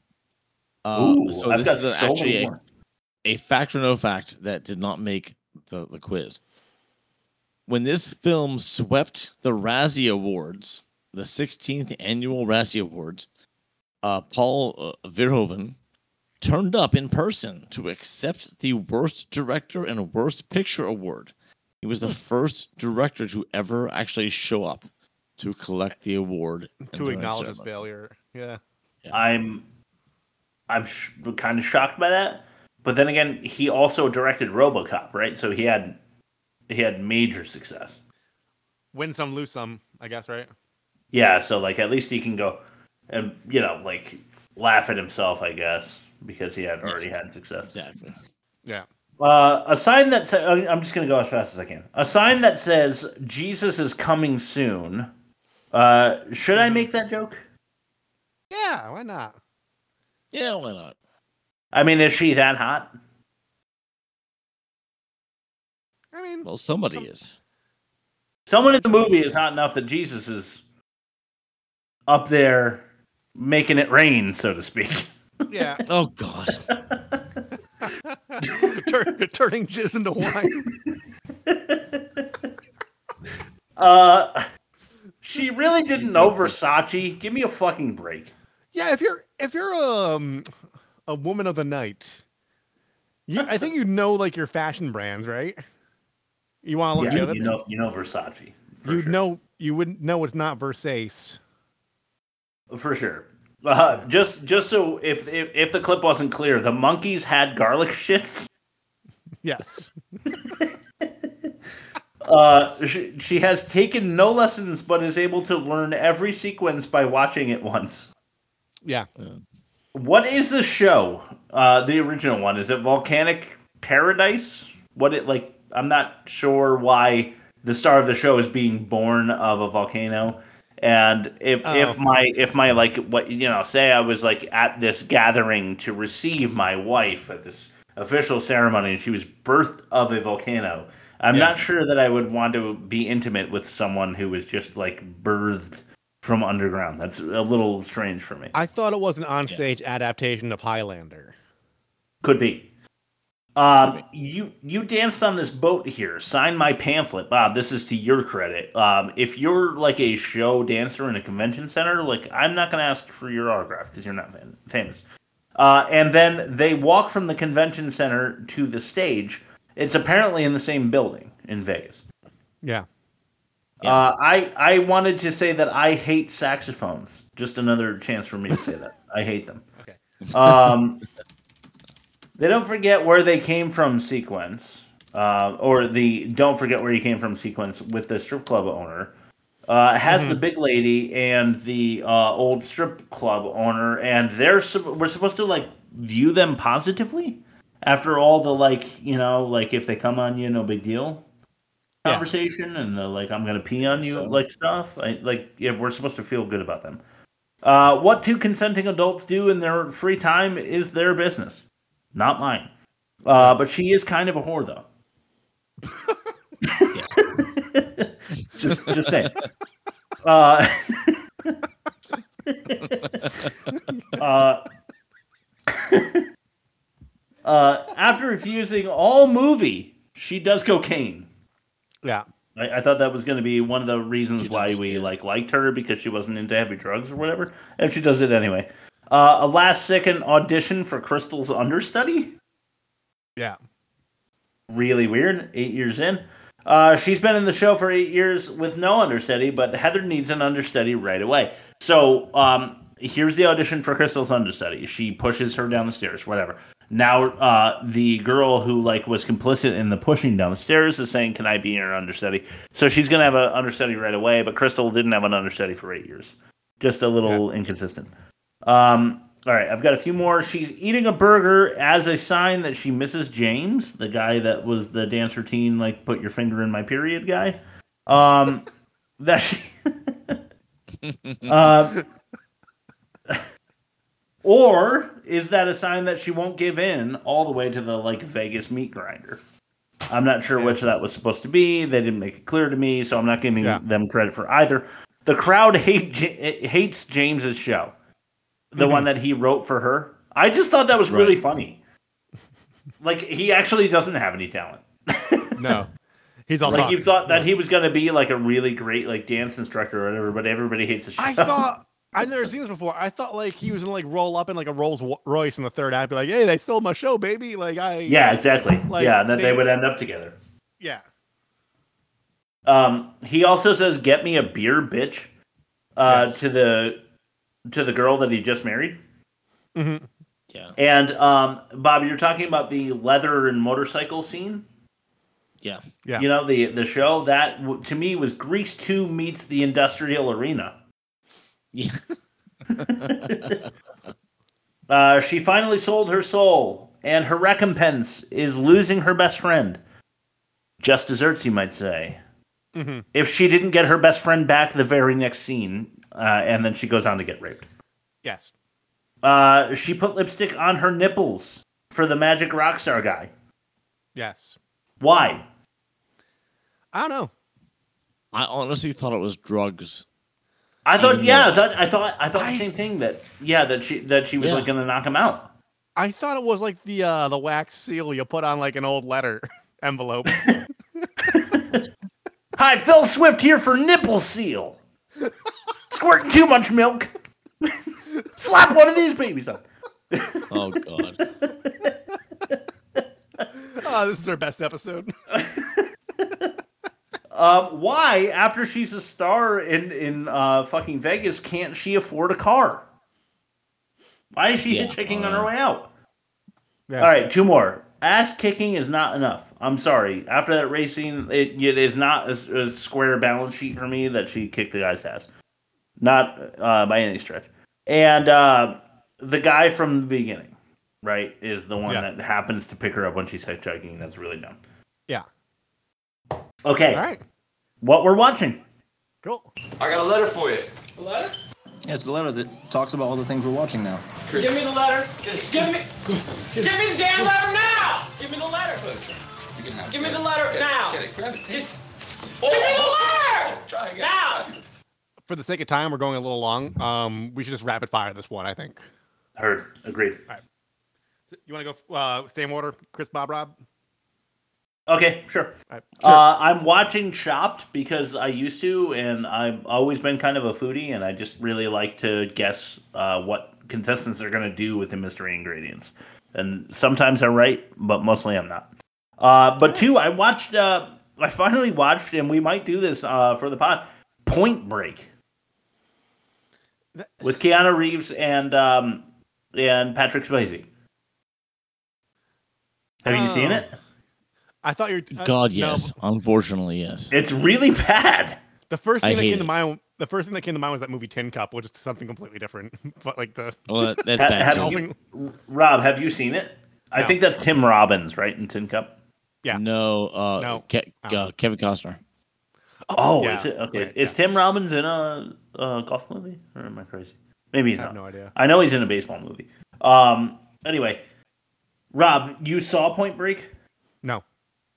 Speaker 3: Uh,
Speaker 1: Ooh,
Speaker 3: so
Speaker 1: I've
Speaker 3: this
Speaker 1: got
Speaker 3: is a-
Speaker 1: so many
Speaker 3: actually a,
Speaker 1: more.
Speaker 3: a fact or no fact that did not make the, the quiz. When this film swept the Razzie Awards, the 16th annual Razzie Awards, uh, Paul uh, Verhoeven turned up in person to accept the Worst Director and Worst Picture Award. He was
Speaker 2: Hmm.
Speaker 3: the first director to ever actually show up to collect the award and
Speaker 2: to
Speaker 3: join the
Speaker 2: acknowledge his
Speaker 3: ceremony.
Speaker 2: failure. Yeah.
Speaker 1: I'm I'm sh- kind of shocked by that. But then again, he also directed RoboCop, right? So he had he had major success.
Speaker 2: Win some, lose some, I guess, right?
Speaker 1: Yeah, so like at least he can go and you know like laugh at himself, I guess, because he had already had success.
Speaker 3: Exactly.
Speaker 2: Yeah.
Speaker 1: Uh, a sign that sa- I- I'm just going to go as fast as I can. A sign that says Jesus is coming soon. Uh, should I make that joke?
Speaker 2: Yeah, why not?
Speaker 3: Yeah, why not?
Speaker 1: I mean, is she that hot?
Speaker 2: I mean,
Speaker 3: Well, somebody is.
Speaker 1: Someone in the movie is hot enough that Jesus is up there making it rain, so to speak. <laughs>
Speaker 2: <laughs> Yeah.
Speaker 3: Oh God.
Speaker 2: Tur- turning jizz into wine.
Speaker 1: Uh, she really didn't know Versace. Give me a fucking break.
Speaker 2: <laughs> Yeah, if you're if you're um a woman of the night, you, I think you know like your fashion brands, right? You want to look
Speaker 1: Yeah,
Speaker 2: good.
Speaker 1: you know, you know Versace
Speaker 2: you know you wouldn't know it's not Versace. <laughs>
Speaker 1: for sure. Uh, just, just so if, if if the clip wasn't clear, the monkeys had garlic <laughs> shits.
Speaker 2: Yes.
Speaker 1: Uh, she, she has taken no lessons, but is able to learn every sequence by watching it once.
Speaker 2: Yeah.
Speaker 1: What is the show? Uh, the original one is it Volcanic Paradise? What it like? I'm not sure why the star of the show is being born of a volcano. And if if
Speaker 2: Oh.
Speaker 1: my if my like what you know say I was like at this gathering to receive my wife at this official ceremony and she was birthed of a volcano. I'm
Speaker 3: Yeah.
Speaker 1: not sure that I would want to be intimate with someone who was just like birthed from underground. That's a little strange for me.
Speaker 2: I thought it was an onstage adaptation of Highlander.
Speaker 1: Could be. Um, you you danced on this boat here. Sign my pamphlet, Bob. This is to your credit. Um, if you're like a show dancer in a convention center, like I'm not gonna ask for your autograph because you're not fam- famous. Uh, and then they walk from the convention center to the stage. It's apparently in the same building in Vegas.
Speaker 2: Yeah.
Speaker 1: Uh, I I wanted to say that I hate saxophones. Just another chance for me to say that I hate them.
Speaker 2: Okay.
Speaker 1: Um, they don't forget where they came from sequence, uh, or the don't forget where you came from sequence with the strip club owner. Uh, has the big lady and the uh, old strip club owner, and they're sup- we're supposed to like view them positively after all the like you know like if they come on you no big deal conversation and the like I'm gonna pee on you
Speaker 3: So-
Speaker 1: like stuff. I, like yeah, we're supposed to feel good about them. Uh, what two consenting adults do in their free time is their business, not mine. Uh, but she is kind of a whore though. just just saying. Uh, <laughs> uh, <laughs> uh, after refusing all movie, she does cocaine.
Speaker 2: Yeah.
Speaker 1: I, I thought that was going to be one of the reasons why we like liked her because she wasn't into heavy drugs or whatever, and she does it anyway. Uh, a last second audition for Crystal's understudy.
Speaker 2: Yeah.
Speaker 1: Really weird. Eight years in, uh, she's been in the show for eight years with no understudy, but Heather needs an understudy right away. So um, here's the audition for Crystal's understudy. She pushes her down the stairs, whatever. Now uh, the girl who like was complicit in the pushing down the stairs is saying, "Can I be your understudy?" So she's gonna have an understudy right away, but Crystal didn't have an understudy for eight years. Just a little inconsistent. Um, all right, I've got a few more. She's eating a burger as a sign that she misses James, the guy that was the dance routine, like put your finger in my period guy. Um, <laughs> that she. um, or is that a sign that she won't give in all the way to the like Vegas meat grinder? I'm not sure which that was supposed to be. They didn't make it clear to me, so I'm not giving them credit for either. The crowd hate, J- hates James's show, the
Speaker 2: Mm-hmm.
Speaker 1: one that he wrote for her. I just thought that was really funny. Like he actually doesn't have any talent.
Speaker 2: No. He's all
Speaker 1: like
Speaker 2: talk.
Speaker 1: you thought that he was going to be like a really great like dance instructor or whatever, but everybody hates his show.
Speaker 2: I thought I've never seen this before. I thought like he was gonna like roll up in like a Rolls Royce in the third act, be like, "Hey, they sold my show, baby!" Like I.
Speaker 1: <laughs> yeah, exactly.
Speaker 2: Like,
Speaker 1: yeah, and then they
Speaker 2: they-
Speaker 1: would end up together.
Speaker 2: Yeah.
Speaker 1: Um, he also says, "Get me a beer, bitch," uh, to the to the girl that he just married.
Speaker 2: Mm-hmm.
Speaker 3: Yeah.
Speaker 1: And um, Bob, you're talking about the leather and motorcycle scene.
Speaker 3: Yeah.
Speaker 2: Yeah.
Speaker 1: You know the the show that w- to me was Grease Two meets the Industrial Arena.
Speaker 3: Yeah.
Speaker 1: uh, she finally sold her soul, and her recompense is losing her best friend. Just desserts, you might say.
Speaker 2: Mm-hmm.
Speaker 1: If she didn't get her best friend back the very next scene, uh, and then she goes on to get raped.
Speaker 2: Yes.
Speaker 1: Uh, she put lipstick on her nipples for the magic rockstar guy.
Speaker 2: Yes.
Speaker 1: Why?
Speaker 2: I don't know.
Speaker 3: I honestly thought it was drugs.
Speaker 1: I thought,
Speaker 3: Even
Speaker 1: yeah,
Speaker 3: though-
Speaker 1: that, I thought, I thought the same thing that, yeah, that she that she was
Speaker 2: Yeah.
Speaker 1: like gonna knock him out.
Speaker 2: I thought it was like the uh the wax seal you put on like an old letter <laughs> envelope.
Speaker 1: Hi, Phil Swift here for nipple <laughs> seal. Squirting too much <laughs> milk. Slap one of these babies up.
Speaker 3: Oh god.
Speaker 2: oh, this is our best episode.
Speaker 1: Um, why, after she's a star in in uh, fucking Vegas, can't she afford a car? Why is she
Speaker 3: Yeah,
Speaker 1: hitchhiking on
Speaker 3: uh,
Speaker 1: her way out? All right, two more. Ass kicking is not enough. I'm sorry. After that racing, it, it is not a, a square balance sheet for me that she kicked the guy's ass. Not uh, by any stretch. And uh, the guy from the beginning, right, is the one
Speaker 2: Yeah.
Speaker 1: that happens to pick her up when she's hitchhiking. That's really dumb.
Speaker 2: Yeah.
Speaker 1: Okay.
Speaker 2: All right.
Speaker 1: What we're watching.
Speaker 2: Cool.
Speaker 20: I got a letter for you.
Speaker 8: A letter?
Speaker 19: Yeah, it's a letter that talks about all the things we're watching now.
Speaker 8: Give me the letter. Give me. Give me the damn letter now. Give me the letter. Give me the letter now. Just- Give me the letter now.
Speaker 2: For the sake of time, we're going a little long. Um, we should just rapid fire this one. I think.
Speaker 1: Heard. Agreed.
Speaker 2: You want to go uh, same order, Chris, Bob, Rob?
Speaker 1: Okay, sure. Uh, I'm watching Chopped because I used to, and I've always been kind of a foodie, and I just really like to guess uh, what contestants are going to do with the mystery ingredients. And sometimes I'm right, but mostly I'm not. Uh, but two, I watched. Uh, I finally watched, and we might do this uh, for the pod. Point Break with Keanu Reeves and um, and Patrick Swayze. Have you seen
Speaker 2: Oh.
Speaker 1: it?
Speaker 2: I thought uh, you're
Speaker 3: God, yes. Unfortunately, yes.
Speaker 1: It's really bad.
Speaker 2: The first
Speaker 3: I
Speaker 2: thing that
Speaker 3: hate
Speaker 2: came to
Speaker 3: it.
Speaker 2: mind, the first thing that came to mind was that movie Tin Cup, which is something completely different. <laughs> But like the
Speaker 3: Well, that- that's
Speaker 1: Ha-
Speaker 3: bad.
Speaker 1: have
Speaker 3: too.
Speaker 1: you- Rob, have you seen it? I
Speaker 2: No.
Speaker 1: think that's Tim Robbins, right, in Tin Cup.
Speaker 2: Yeah.
Speaker 3: No. Uh,
Speaker 2: No.
Speaker 3: Ke-
Speaker 2: Oh.
Speaker 3: uh, Kevin Costner.
Speaker 1: Oh,
Speaker 2: yeah,
Speaker 1: is it? Okay.
Speaker 2: right,
Speaker 1: is Tim Robbins in a, a golf movie, or am I crazy? Maybe he's
Speaker 2: I have
Speaker 1: not.
Speaker 2: no idea.
Speaker 1: I know he's in a baseball movie. Um. Anyway, Rob, you saw Point Break?
Speaker 2: No.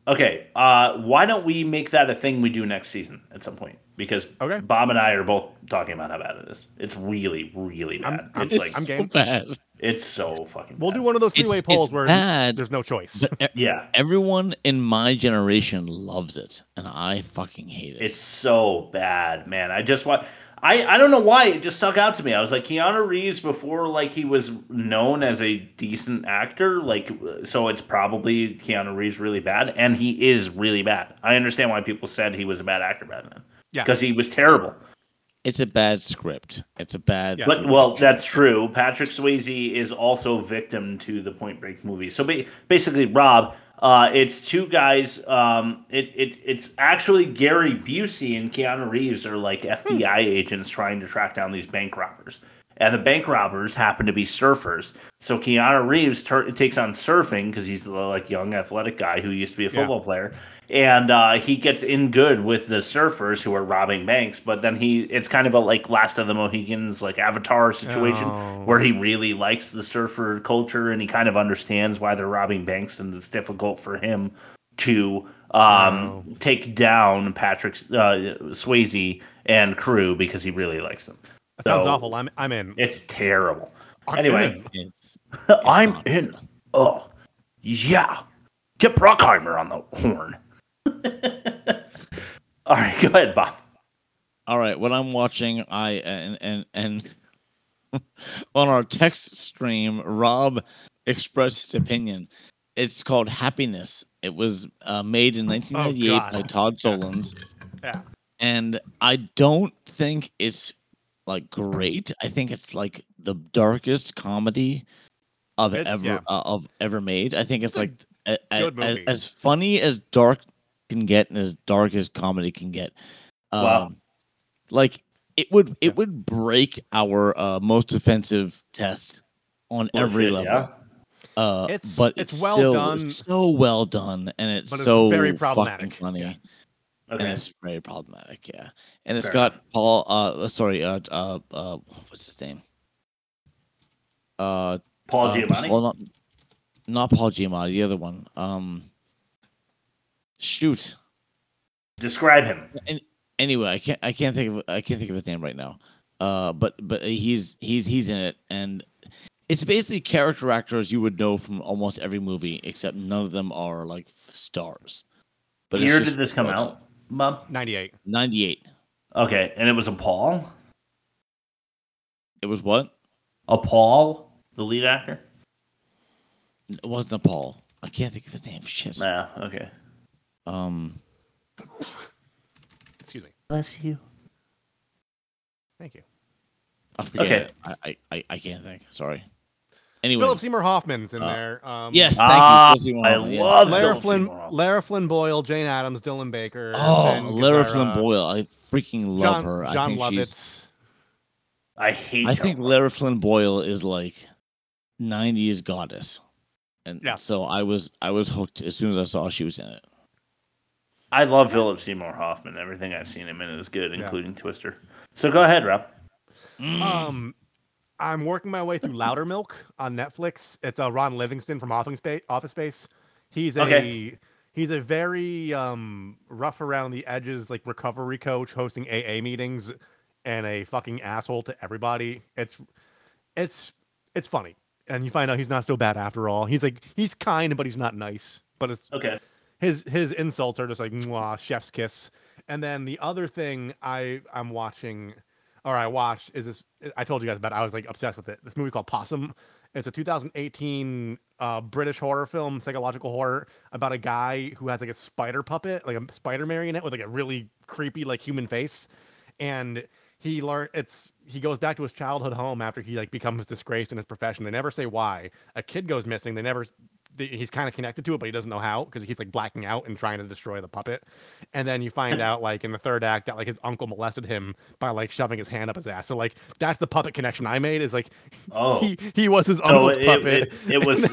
Speaker 1: Okay, uh, why don't we make that a thing we do next season at some point? Because Bob and I are both talking about how bad it is. It's really, really bad.
Speaker 2: I'm-
Speaker 1: it's
Speaker 2: it's
Speaker 1: like
Speaker 2: I'm game.
Speaker 3: <laughs> bad.
Speaker 1: It's so fucking.
Speaker 2: We'll do one of those
Speaker 3: It's-
Speaker 2: three-way
Speaker 3: it's
Speaker 2: polls where
Speaker 3: bad.
Speaker 2: there's no choice.
Speaker 3: But e-
Speaker 1: yeah.
Speaker 3: Everyone in my generation loves it, and I fucking hate it.
Speaker 1: It's so bad, man. I just want. I, I don't know why it just stuck out to me. I was like Keanu Reeves before like he was known as a decent actor, like so it's probably Keanu Reeves really bad, and he is really bad. I understand why people said he was a bad actor back then.
Speaker 2: Yeah.
Speaker 1: because he was terrible.
Speaker 3: It's a bad script. It's a bad.
Speaker 1: But well, that's true. Patrick Swayze is also victim to the Point Break movie. So ba- basically, Rob, uh, it's two guys. Um, it, it it's actually Gary Busey and Keanu Reeves are like FBI agents trying to track down these bank robbers. And the bank robbers happen to be surfers. So Keanu Reeves tur takes on surfing because he's the like young athletic guy who used to be a
Speaker 2: Yeah.
Speaker 1: football player, and uh, he gets in good with the surfers who are robbing banks. But then he, it's kind of a like Last of the Mohicans like Avatar situation
Speaker 2: Oh.
Speaker 1: where he really likes the surfer culture and he kind of understands why they're robbing banks and it's difficult for him to um, take down Patrick uh, Swayze and crew because he really likes them.
Speaker 2: That sounds
Speaker 1: So-
Speaker 2: awful. I'm I'm in.
Speaker 1: it's terrible.
Speaker 2: I'm
Speaker 1: anyway,
Speaker 2: in.
Speaker 1: I'm in. Oh, yeah. Get Brockheimer on the horn. <laughs> All right, go ahead, Bob.
Speaker 3: All right, what I'm watching, I and and and <laughs> on our text stream, Rob expressed his opinion. It's called Happiness. It was uh, made in 1998 by Todd Solondz,
Speaker 2: Oh, Yeah.
Speaker 3: and I don't think it's like great. I think it's like the darkest comedy of
Speaker 2: It's-
Speaker 3: ever
Speaker 2: yeah.
Speaker 3: uh, of ever made. I think it's like a- a-
Speaker 2: good
Speaker 3: a-
Speaker 2: movie.
Speaker 3: as funny as dark can get and as dark as comedy can get. Um,
Speaker 1: Wow.
Speaker 3: Like it would it would break our uh, most offensive test on
Speaker 2: Bullshit,
Speaker 3: every level.
Speaker 2: yeah.
Speaker 3: Uh,
Speaker 2: It's-
Speaker 3: but
Speaker 2: it's
Speaker 3: it's,
Speaker 2: well
Speaker 3: still
Speaker 2: done.
Speaker 3: so well done, and it's
Speaker 2: But it's
Speaker 3: so
Speaker 2: very
Speaker 3: fucking
Speaker 2: problematic,
Speaker 3: funny,
Speaker 1: Okay.
Speaker 3: and it's very problematic. Yeah, and it's
Speaker 1: Fair
Speaker 3: got Paul. Uh, sorry, uh, uh, uh, what's his name? Uh,
Speaker 1: Paul
Speaker 3: uh,
Speaker 1: Giamatti?
Speaker 3: Paul- not, not Paul Giamatti, the other one. Um, shoot.
Speaker 1: Describe him.
Speaker 3: An- anyway, I can't I can't think of I can't think of his name right now. Uh, but but he's he's he's in it, and it's basically character actors you would know from almost every movie, except none of them are like stars.
Speaker 1: What
Speaker 3: it's
Speaker 1: year
Speaker 3: just
Speaker 1: did this come
Speaker 3: well
Speaker 1: out, Bob?
Speaker 2: 98.
Speaker 3: 98.
Speaker 1: Okay, and it was a Paul?
Speaker 3: It was what?
Speaker 1: A Paul, the lead actor?
Speaker 3: It wasn't a Paul. I can't think of his name. Shit.
Speaker 1: Nah, okay.
Speaker 3: Um.
Speaker 2: Excuse me.
Speaker 1: Bless you.
Speaker 2: Thank you.
Speaker 3: I forget.
Speaker 1: Okay.
Speaker 3: it. I, I- I I can't think. Sorry. Anyway.
Speaker 2: Philip Seymour Hoffman's in
Speaker 3: Uh,
Speaker 2: there. Um,
Speaker 3: yes, thank you, Ah, Philip Seymour I Hoffman, yes. love
Speaker 2: Lara
Speaker 3: Philip
Speaker 2: Flynn,
Speaker 3: Seymour Hoffman.
Speaker 2: Lara Flynn Boyle, Jane Addams, Dylan Baker.
Speaker 3: Oh,
Speaker 2: and
Speaker 3: Lara
Speaker 2: Guevara.
Speaker 3: Flynn Boyle. I freaking love
Speaker 2: John-
Speaker 3: her. I
Speaker 2: John
Speaker 3: think she's,
Speaker 2: Lovitz.
Speaker 1: I hate
Speaker 3: I think Lara Flynn Boyle is like 90s goddess. And
Speaker 2: Yeah.
Speaker 3: so I was I was hooked as soon as I saw she was in it.
Speaker 1: I love Philip Seymour Hoffman. Everything I've seen him in is good,
Speaker 2: Yeah.
Speaker 1: including Twister. So go ahead, Rob. Mm.
Speaker 2: Um, I'm working my way through Loudermilk on Netflix. It's uh, Ron Livingston from Office Space. Office Space. He's a
Speaker 1: Okay.
Speaker 2: he's a very um, rough around the edges, like recovery coach, hosting AA meetings, and a fucking asshole to everybody. It's it's it's funny, and you find out he's not so bad after all. He's like he's kind, but he's not nice. But it's
Speaker 1: Okay.
Speaker 2: his his insults are just like Mwah, chef's kiss. And then the other thing I I'm watching or I watched is this I told you guys about it, I was like obsessed with it. This movie called Possum. It's a 2018 uh, British horror film, psychological horror about a guy who has like a spider puppet, like a spider marionette with like a really creepy like human face and he learn it's he goes back to his childhood home after he like becomes disgraced in his profession. They never say why. A kid goes missing. They never they, he's kind of connected to it, but he doesn't know how because he keeps like blacking out and trying to destroy the puppet. And then you
Speaker 1: <clears throat>
Speaker 2: find out like in the third act that like his uncle molested him by like shoving his hand up his ass. So like that's the puppet connection I made is like
Speaker 1: Oh.
Speaker 2: he he was his
Speaker 1: So
Speaker 2: uncle's
Speaker 1: it- it-
Speaker 2: puppet.
Speaker 1: it was-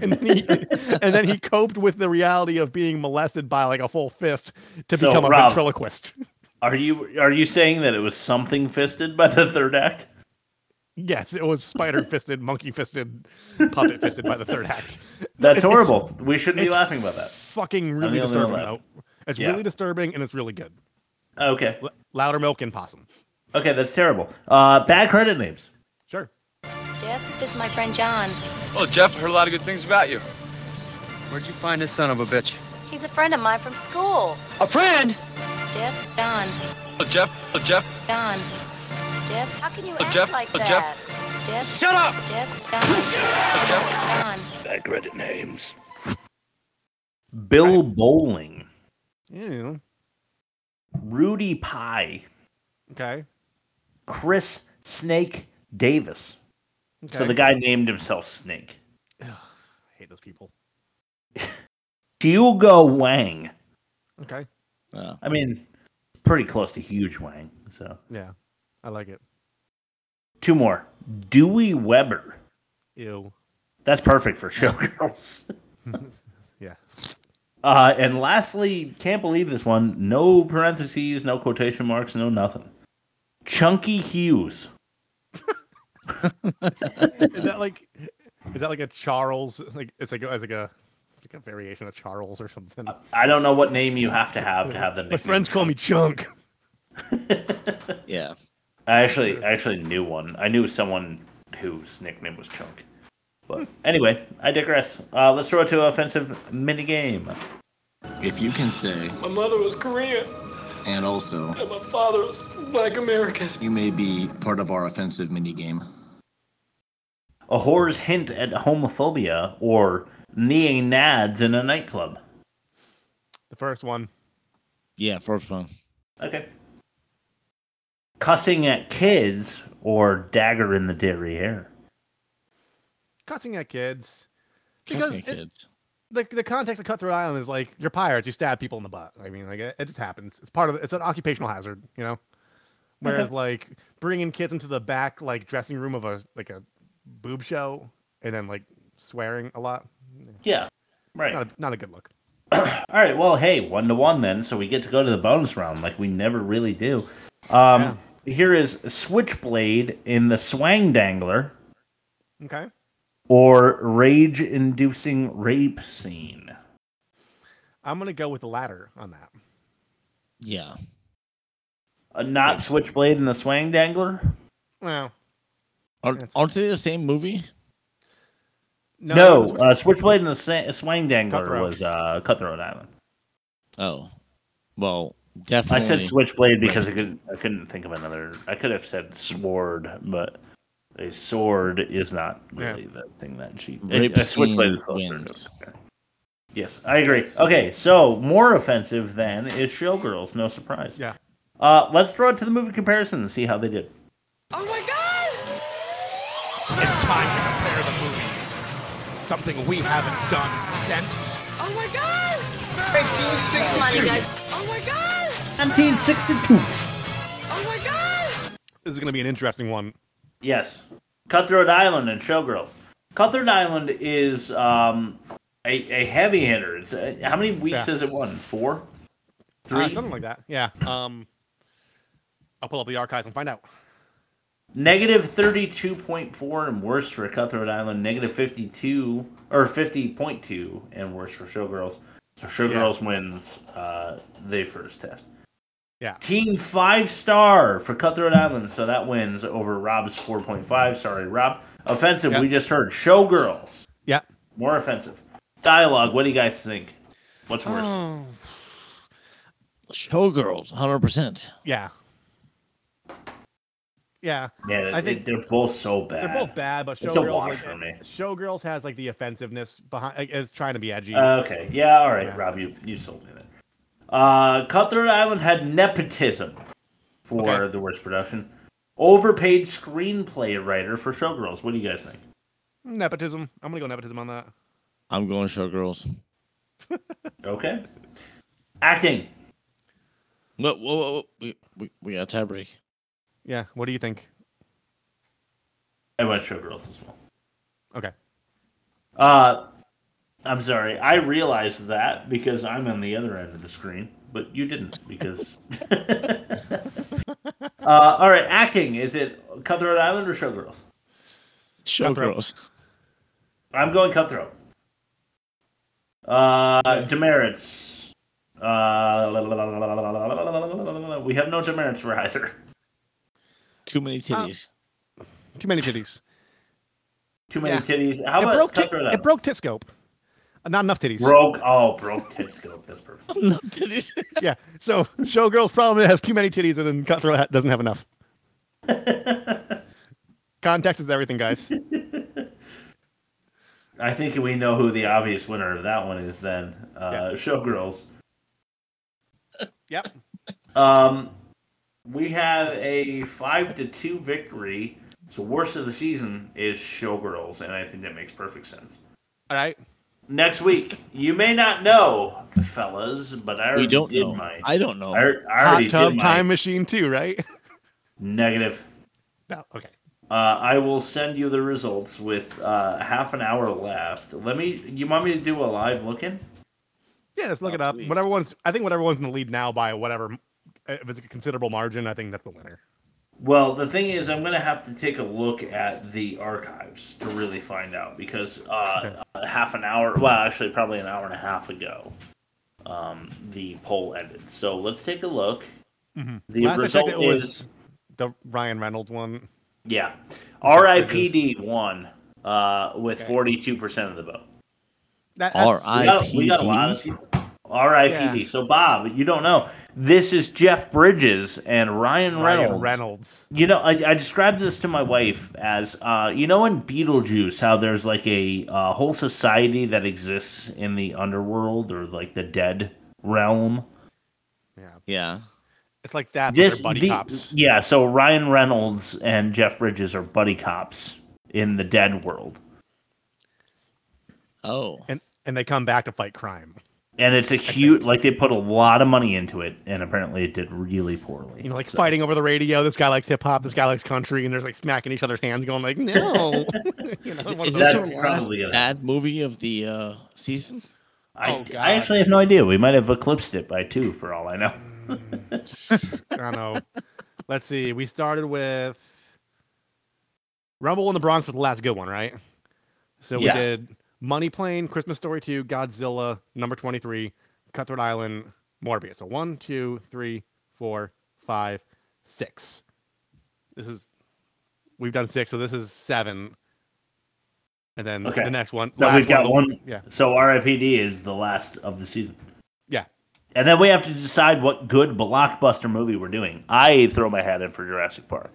Speaker 2: and then, he, <laughs> and, then he, and then he coped with the reality of being molested by like a full fist to
Speaker 1: So,
Speaker 2: become a
Speaker 1: Rob,
Speaker 2: ventriloquist.
Speaker 1: Are you are you saying that it was something fisted by the third act?
Speaker 2: Yes, it was spider fisted, monkey fisted, puppet fisted by the third act.
Speaker 1: That's
Speaker 2: It's-
Speaker 1: horrible. We shouldn't be
Speaker 2: it's-
Speaker 1: laughing about that.
Speaker 2: fucking
Speaker 1: the only
Speaker 2: really
Speaker 1: one
Speaker 2: disturbing.
Speaker 1: left.
Speaker 2: though. It's
Speaker 1: Yeah.
Speaker 2: really disturbing and it's really good.
Speaker 1: Oh, Okay.
Speaker 2: Louder milk and possum.
Speaker 1: Okay, that's terrible. Uh, bad credit names.
Speaker 2: Sure.
Speaker 20: Jeff, this is my friend John.
Speaker 21: Well, Jeff, heard a lot of good things about you. Where'd you find this son of a bitch?
Speaker 20: He's a friend of mine from school.
Speaker 21: A friend?
Speaker 20: Jeff, Don,
Speaker 21: Oh, Jeff, oh, Jeff,
Speaker 20: Don. Jeff, how can you
Speaker 21: Oh,
Speaker 20: act
Speaker 21: Jeff,
Speaker 20: like
Speaker 21: oh,
Speaker 20: that?
Speaker 21: Jeff.
Speaker 20: Jeff,
Speaker 21: Shut up!
Speaker 20: Jeff,
Speaker 8: <laughs>
Speaker 20: Don. Jeff, Don.
Speaker 1: Bad credit names. Bill Bowling.
Speaker 2: Yeah.
Speaker 1: Rudy Pie.
Speaker 2: Okay.
Speaker 1: Chris Snake Davis. So
Speaker 2: Okay.
Speaker 1: the guy named himself Snake.
Speaker 2: I hate those people.
Speaker 1: Hugo Wang.
Speaker 2: Okay.
Speaker 3: Uh,
Speaker 1: I mean, pretty close to Huge Wang. So
Speaker 2: Yeah. I like it.
Speaker 1: two more. Dewey Weber.
Speaker 2: Ew.
Speaker 1: That's perfect for <laughs> showgirls.
Speaker 2: yeah.
Speaker 1: Uh, and lastly, can't believe this one. No parentheses, no quotation marks, no nothing. Chunky Hughes.
Speaker 2: is that like is that like a Charles like it's like a- it's like a like a variation of Charles or something?
Speaker 1: I don't know what name you have to have to have the
Speaker 2: My
Speaker 1: nickname.
Speaker 2: friends call me Chunk.
Speaker 3: Yeah.
Speaker 1: I actually I actually knew one. I knew someone whose nickname was Chunk. But anyway, I digress. Uh, let's throw it to offensive minigame.
Speaker 19: If you can say,
Speaker 8: My mother was Korean,
Speaker 19: and also,
Speaker 8: and my father was black American.
Speaker 19: you may be part of our offensive minigame.
Speaker 1: A whore's hint at homophobia or kneeing nads in a nightclub.
Speaker 2: The first one.
Speaker 3: Yeah, first one.
Speaker 1: Okay. Cussing at kids or dagger in the derriere.
Speaker 2: Cussing at kids. Because
Speaker 3: Cussing
Speaker 2: it-
Speaker 3: kids.
Speaker 2: the the context of Cutthroat Island is like you're pirates, you stab people in the butt. I mean, like it, it just happens. It's part of the, it's an occupational hazard, you know. Whereas
Speaker 1: Okay.
Speaker 2: like bringing kids into the back like dressing room of a like a boob show and then like swearing a lot.
Speaker 1: Yeah. Right.
Speaker 2: Not a, not a good look.
Speaker 1: All right. Well, hey, one to one then, so we get to go to the bonus round like we never really do. Um, Here is Switchblade in the Swang Dangler
Speaker 2: Okay.
Speaker 1: or Rage Inducing Rape Scene.
Speaker 2: I'm gonna go with the latter on that.
Speaker 3: Yeah.
Speaker 1: Uh, not Switchblade in the Swang Dangler?
Speaker 2: Well,
Speaker 3: Are, aren't they the same movie?
Speaker 1: No, uh, Switchblade in the Sa- Swang Dangler
Speaker 3: Cutthroat.
Speaker 1: was uh, Cutthroat Island.
Speaker 3: Oh. Well, definitely.
Speaker 1: I said Switchblade because I couldn't, I couldn't think of another. I could have said Sword, but a sword is not really the thing that she.
Speaker 3: Rape
Speaker 1: a- a Switchblade
Speaker 3: scene
Speaker 1: is closer to
Speaker 3: wins.
Speaker 1: Yes, I agree. Okay, so more offensive than is Showgirls, no surprise.
Speaker 2: Yeah.
Speaker 1: Uh, let's draw it to the movie comparison and see how they did.
Speaker 8: Oh my God!
Speaker 16: It's time to compare the movies. Something we haven't done since.
Speaker 8: Oh my God!
Speaker 16: 1962.
Speaker 8: Oh my God!
Speaker 1: 1962.
Speaker 8: Oh my God!
Speaker 2: This is gonna be an interesting one.
Speaker 1: Yes, Cutthroat Island and Showgirls. Cutthroat Island is um, a, a heavy hitter. It's, uh, how many weeks
Speaker 2: Yeah.
Speaker 1: has it won? Four,
Speaker 2: Uh,
Speaker 1: three.
Speaker 2: something like that. Yeah. Um, I'll pull up the archives and find out.
Speaker 1: Negative 32.4 and worse for Cutthroat Island. Negative 52 or 50.2 and worse for Showgirls. So Showgirls wins uh, they first test.
Speaker 2: Yeah.
Speaker 1: Team five star for Cutthroat Island. So that wins over Rob's 4.5. Sorry, Rob. Offensive. We just heard Showgirls.
Speaker 2: Yeah.
Speaker 1: More offensive. Dialogue. What do you guys think? What's worse?
Speaker 3: Oh. Showgirls, 100%.
Speaker 2: Yeah. Yeah.
Speaker 1: yeah,
Speaker 2: I think
Speaker 1: they're both so bad.
Speaker 2: They're both bad, but
Speaker 1: it's a
Speaker 2: Showgirls,
Speaker 1: wash
Speaker 2: like,
Speaker 1: for me.
Speaker 2: Showgirls has like the offensiveness behind. Like, it's trying to be edgy.
Speaker 1: Uh, okay. Yeah. All right,
Speaker 2: Yeah.
Speaker 1: Rob. You you sold me that. Uh, Cutthroat Island had nepotism for the worst production. Overpaid screenplay writer for Showgirls. What do you guys think?
Speaker 2: Nepotism. I'm gonna go nepotism on that.
Speaker 3: I'm going Showgirls.
Speaker 1: Okay. Acting.
Speaker 3: Whoa, whoa, whoa, whoa. We, we, we got a tie break.
Speaker 2: Yeah. What do you think?
Speaker 1: I went Showgirls as well.
Speaker 2: Okay.
Speaker 1: Uh, I'm sorry. I realized that because I'm on the other end of the screen, but you didn't because. <laughs> uh, all right, acting. Is it Cutthroat Island or Showgirls?
Speaker 3: Showgirls.
Speaker 1: I'm going Cutthroat. Uh, demerits. Uh, la- la- la- la- la- la- la- la- la- la- la- la- we have no demerits for either.
Speaker 3: Too many titties.
Speaker 2: Too many titties.
Speaker 1: Too many
Speaker 2: Yeah.
Speaker 1: titties. How
Speaker 2: it
Speaker 1: about
Speaker 2: broke
Speaker 1: cut
Speaker 2: tit-
Speaker 1: through that
Speaker 2: it broke Titscope. Uh, Not enough titties.
Speaker 1: Broke. Oh, broke tit scope. That's perfect.
Speaker 2: Oh.
Speaker 3: <laughs>
Speaker 2: yeah. So Showgirl's problem has too many titties, and then Cutthroat ha- doesn't
Speaker 1: <laughs>
Speaker 2: have enough. Context is everything, guys.
Speaker 1: <laughs> I think we know who the obvious winner of that one is. Then uh, Showgirls.
Speaker 2: Yep.
Speaker 1: Um, we have a five to two victory. So worst of the season is Showgirls, and I think that makes perfect sense.
Speaker 2: All right.
Speaker 1: Next week, you may not know, fellas, but I already
Speaker 3: don't
Speaker 1: did
Speaker 3: know.
Speaker 1: my.
Speaker 3: I don't know.
Speaker 1: I, I already
Speaker 2: Hot tub
Speaker 1: did my
Speaker 2: time machine too, right? <laughs>
Speaker 1: negative.
Speaker 2: No. Okay.
Speaker 1: Uh, I will send you the results with uh, half an hour left. Let me. You want me to do a live looking?
Speaker 2: Yeah, just look it up. Whatever one's, I think whatever one's in the lead now by whatever, if it's a considerable margin, I think that's the winner.
Speaker 1: Well, the thing is, I'm going to have to take a look at the archives to really find out because uh, a half an hour, well, actually, probably an hour and a half ago, um, the poll ended. So let's take a look. The
Speaker 2: Mm-hmm. Last I checked,
Speaker 1: result
Speaker 2: it
Speaker 1: is
Speaker 2: was the Ryan Reynolds one.
Speaker 1: yeah,
Speaker 2: Okay,
Speaker 1: RIPD won uh, with 42% of the vote.
Speaker 2: That- that's-
Speaker 1: We got- We got a lot of people. R.I.P.D. So Bob, you don't know. This is Jeff Bridges and Ryan
Speaker 2: Ryan
Speaker 1: Reynolds.
Speaker 2: Reynolds.
Speaker 1: You know, I, I described this to my wife as, uh, you know, in Beetlejuice, how there's like a uh, whole society that exists in the underworld or like the dead realm.
Speaker 3: Yeah.
Speaker 2: It's like that. but
Speaker 1: This
Speaker 2: they're buddy
Speaker 1: the-
Speaker 2: cops.
Speaker 1: Yeah, so Ryan Reynolds and Jeff Bridges are buddy cops in the dead world.
Speaker 3: Oh.
Speaker 2: And and they come back to fight crime.
Speaker 1: And it's a huge, like they put a lot of money into it, and apparently it did really poorly.
Speaker 2: You know, like fighting over the radio. This guy likes hip hop. This guy likes country, and there's like smacking each other's hands, going like, "No." <laughs> you know,
Speaker 3: Is,
Speaker 2: one of
Speaker 3: is
Speaker 2: those
Speaker 3: this
Speaker 2: ones.
Speaker 3: the last bad movie of the uh, season?
Speaker 1: I,
Speaker 2: Oh,
Speaker 1: I actually have no idea. We might have eclipsed it by two, for all I know.
Speaker 2: Mm. I don't know. Let's see. We started with Rumble in the Bronx was the last good one, right? So we
Speaker 1: Yes.
Speaker 2: did Money Plane, Christmas Story 2, Godzilla, number 23, Cutthroat Island, Morbius. So one, two, three, four, five, six. This is, we've done six, so this is seven. And then
Speaker 1: Okay.
Speaker 2: the next one.
Speaker 1: So
Speaker 2: last
Speaker 1: we've got
Speaker 2: of the-
Speaker 1: one.
Speaker 2: Yeah.
Speaker 1: So RIPD is the last of the season.
Speaker 2: Yeah.
Speaker 1: And then we have to decide what good blockbuster movie we're doing. I throw my hat in for Jurassic Park,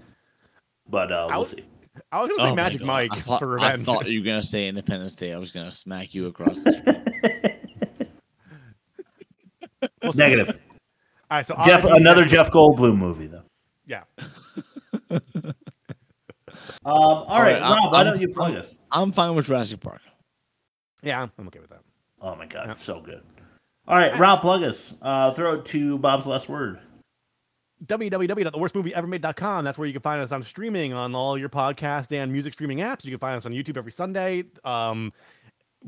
Speaker 1: but uh, we'll
Speaker 2: was-
Speaker 1: see.
Speaker 2: I was going to
Speaker 3: Oh
Speaker 2: say
Speaker 3: my
Speaker 2: Magic
Speaker 3: God.
Speaker 2: Mike
Speaker 3: I thought,
Speaker 2: for
Speaker 3: I
Speaker 2: revenge.
Speaker 3: thought you were gonna say Independence Day. I was gonna smack you across the screen.
Speaker 1: <laughs> Negative.
Speaker 2: <laughs> All right, so
Speaker 1: Jeff,
Speaker 2: RIPD
Speaker 1: another Jeff Goldblum movie, though.
Speaker 2: Yeah.
Speaker 1: Um, all right,
Speaker 3: I-
Speaker 1: Rob, why
Speaker 3: I'm-
Speaker 1: don't you plug
Speaker 3: I'm-
Speaker 1: us?
Speaker 3: I'm fine with Jurassic Park.
Speaker 2: Yeah, I'm, I'm okay with that.
Speaker 1: Oh my god, it's so good. All right, Rob, plug us. Uh, throw it to Bob's last word.
Speaker 2: www.theworstmovieevermade.com. That's where you can find us on streaming on all your podcast and music streaming apps. You can find us on YouTube every Sunday, um,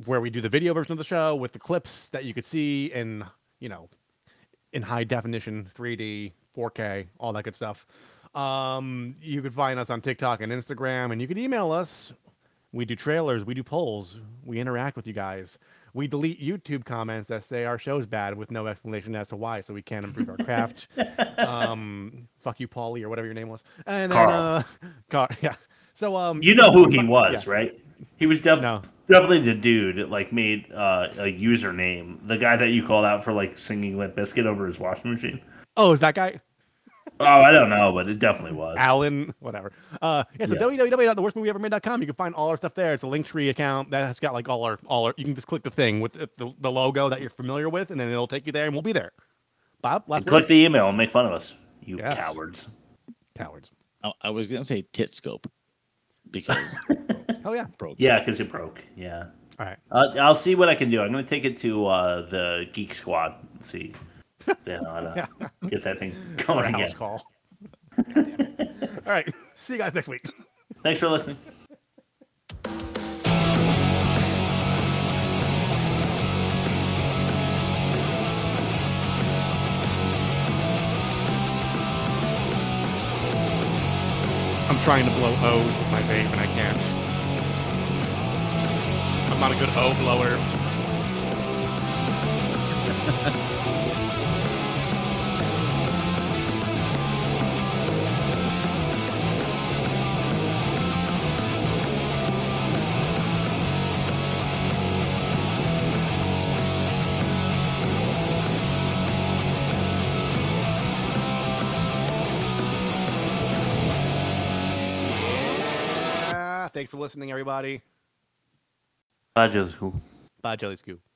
Speaker 2: where we do the video version of the show with the clips that you could see in, you know, in high definition, 3D, 4K, all that good stuff. Um, you can find us on TikTok and Instagram, and you can email us. We do trailers, we do polls, we interact with you guys. We delete YouTube comments that say our show's bad with no explanation as to why, so we can improve our craft. um, fuck you, Paulie, or whatever your name was. And then,
Speaker 1: Carl.
Speaker 2: uh, <laughs> Carl, yeah. So, um,
Speaker 1: You know who he
Speaker 2: fi-
Speaker 1: was,
Speaker 2: yeah.
Speaker 1: right? He was def- definitely the dude that like made uh, a username. The guy that you called out for like singing Limp Biscuit over his washing machine.
Speaker 2: Oh, is that guy?
Speaker 1: Oh, I don't know, but it definitely was.
Speaker 2: Alan, whatever. Uh, yeah, so
Speaker 1: Yeah.
Speaker 2: www.theworstmovieevermade.com. You can find all our stuff there. It's a Linktree account that's got like all our all our. You can just click the thing with the, the, the logo that you're familiar with, and then it'll take you there, and we'll be there. Bob, last
Speaker 1: And click
Speaker 2: word?
Speaker 1: the email and make fun of us, you cowards.
Speaker 2: Cowards.
Speaker 3: I, I was gonna say tit scope because
Speaker 2: Oh yeah.
Speaker 3: broke.
Speaker 1: Yeah, because it broke. Yeah.
Speaker 2: All right.
Speaker 1: Uh, I'll see what I can do. I'm going to take it to uh, the Geek Squad. and See, then how
Speaker 2: <laughs>
Speaker 1: to get that thing going
Speaker 2: House
Speaker 1: again. <laughs>
Speaker 2: call. All right. See you guys next week.
Speaker 1: Thanks for listening.
Speaker 2: I'm trying to blow O's with my vape and I can't. I'm not a good O blower. Ah, thanks for listening, everybody.
Speaker 1: Bye, Joseph.
Speaker 2: Ah, Bye, Jelly Scoop.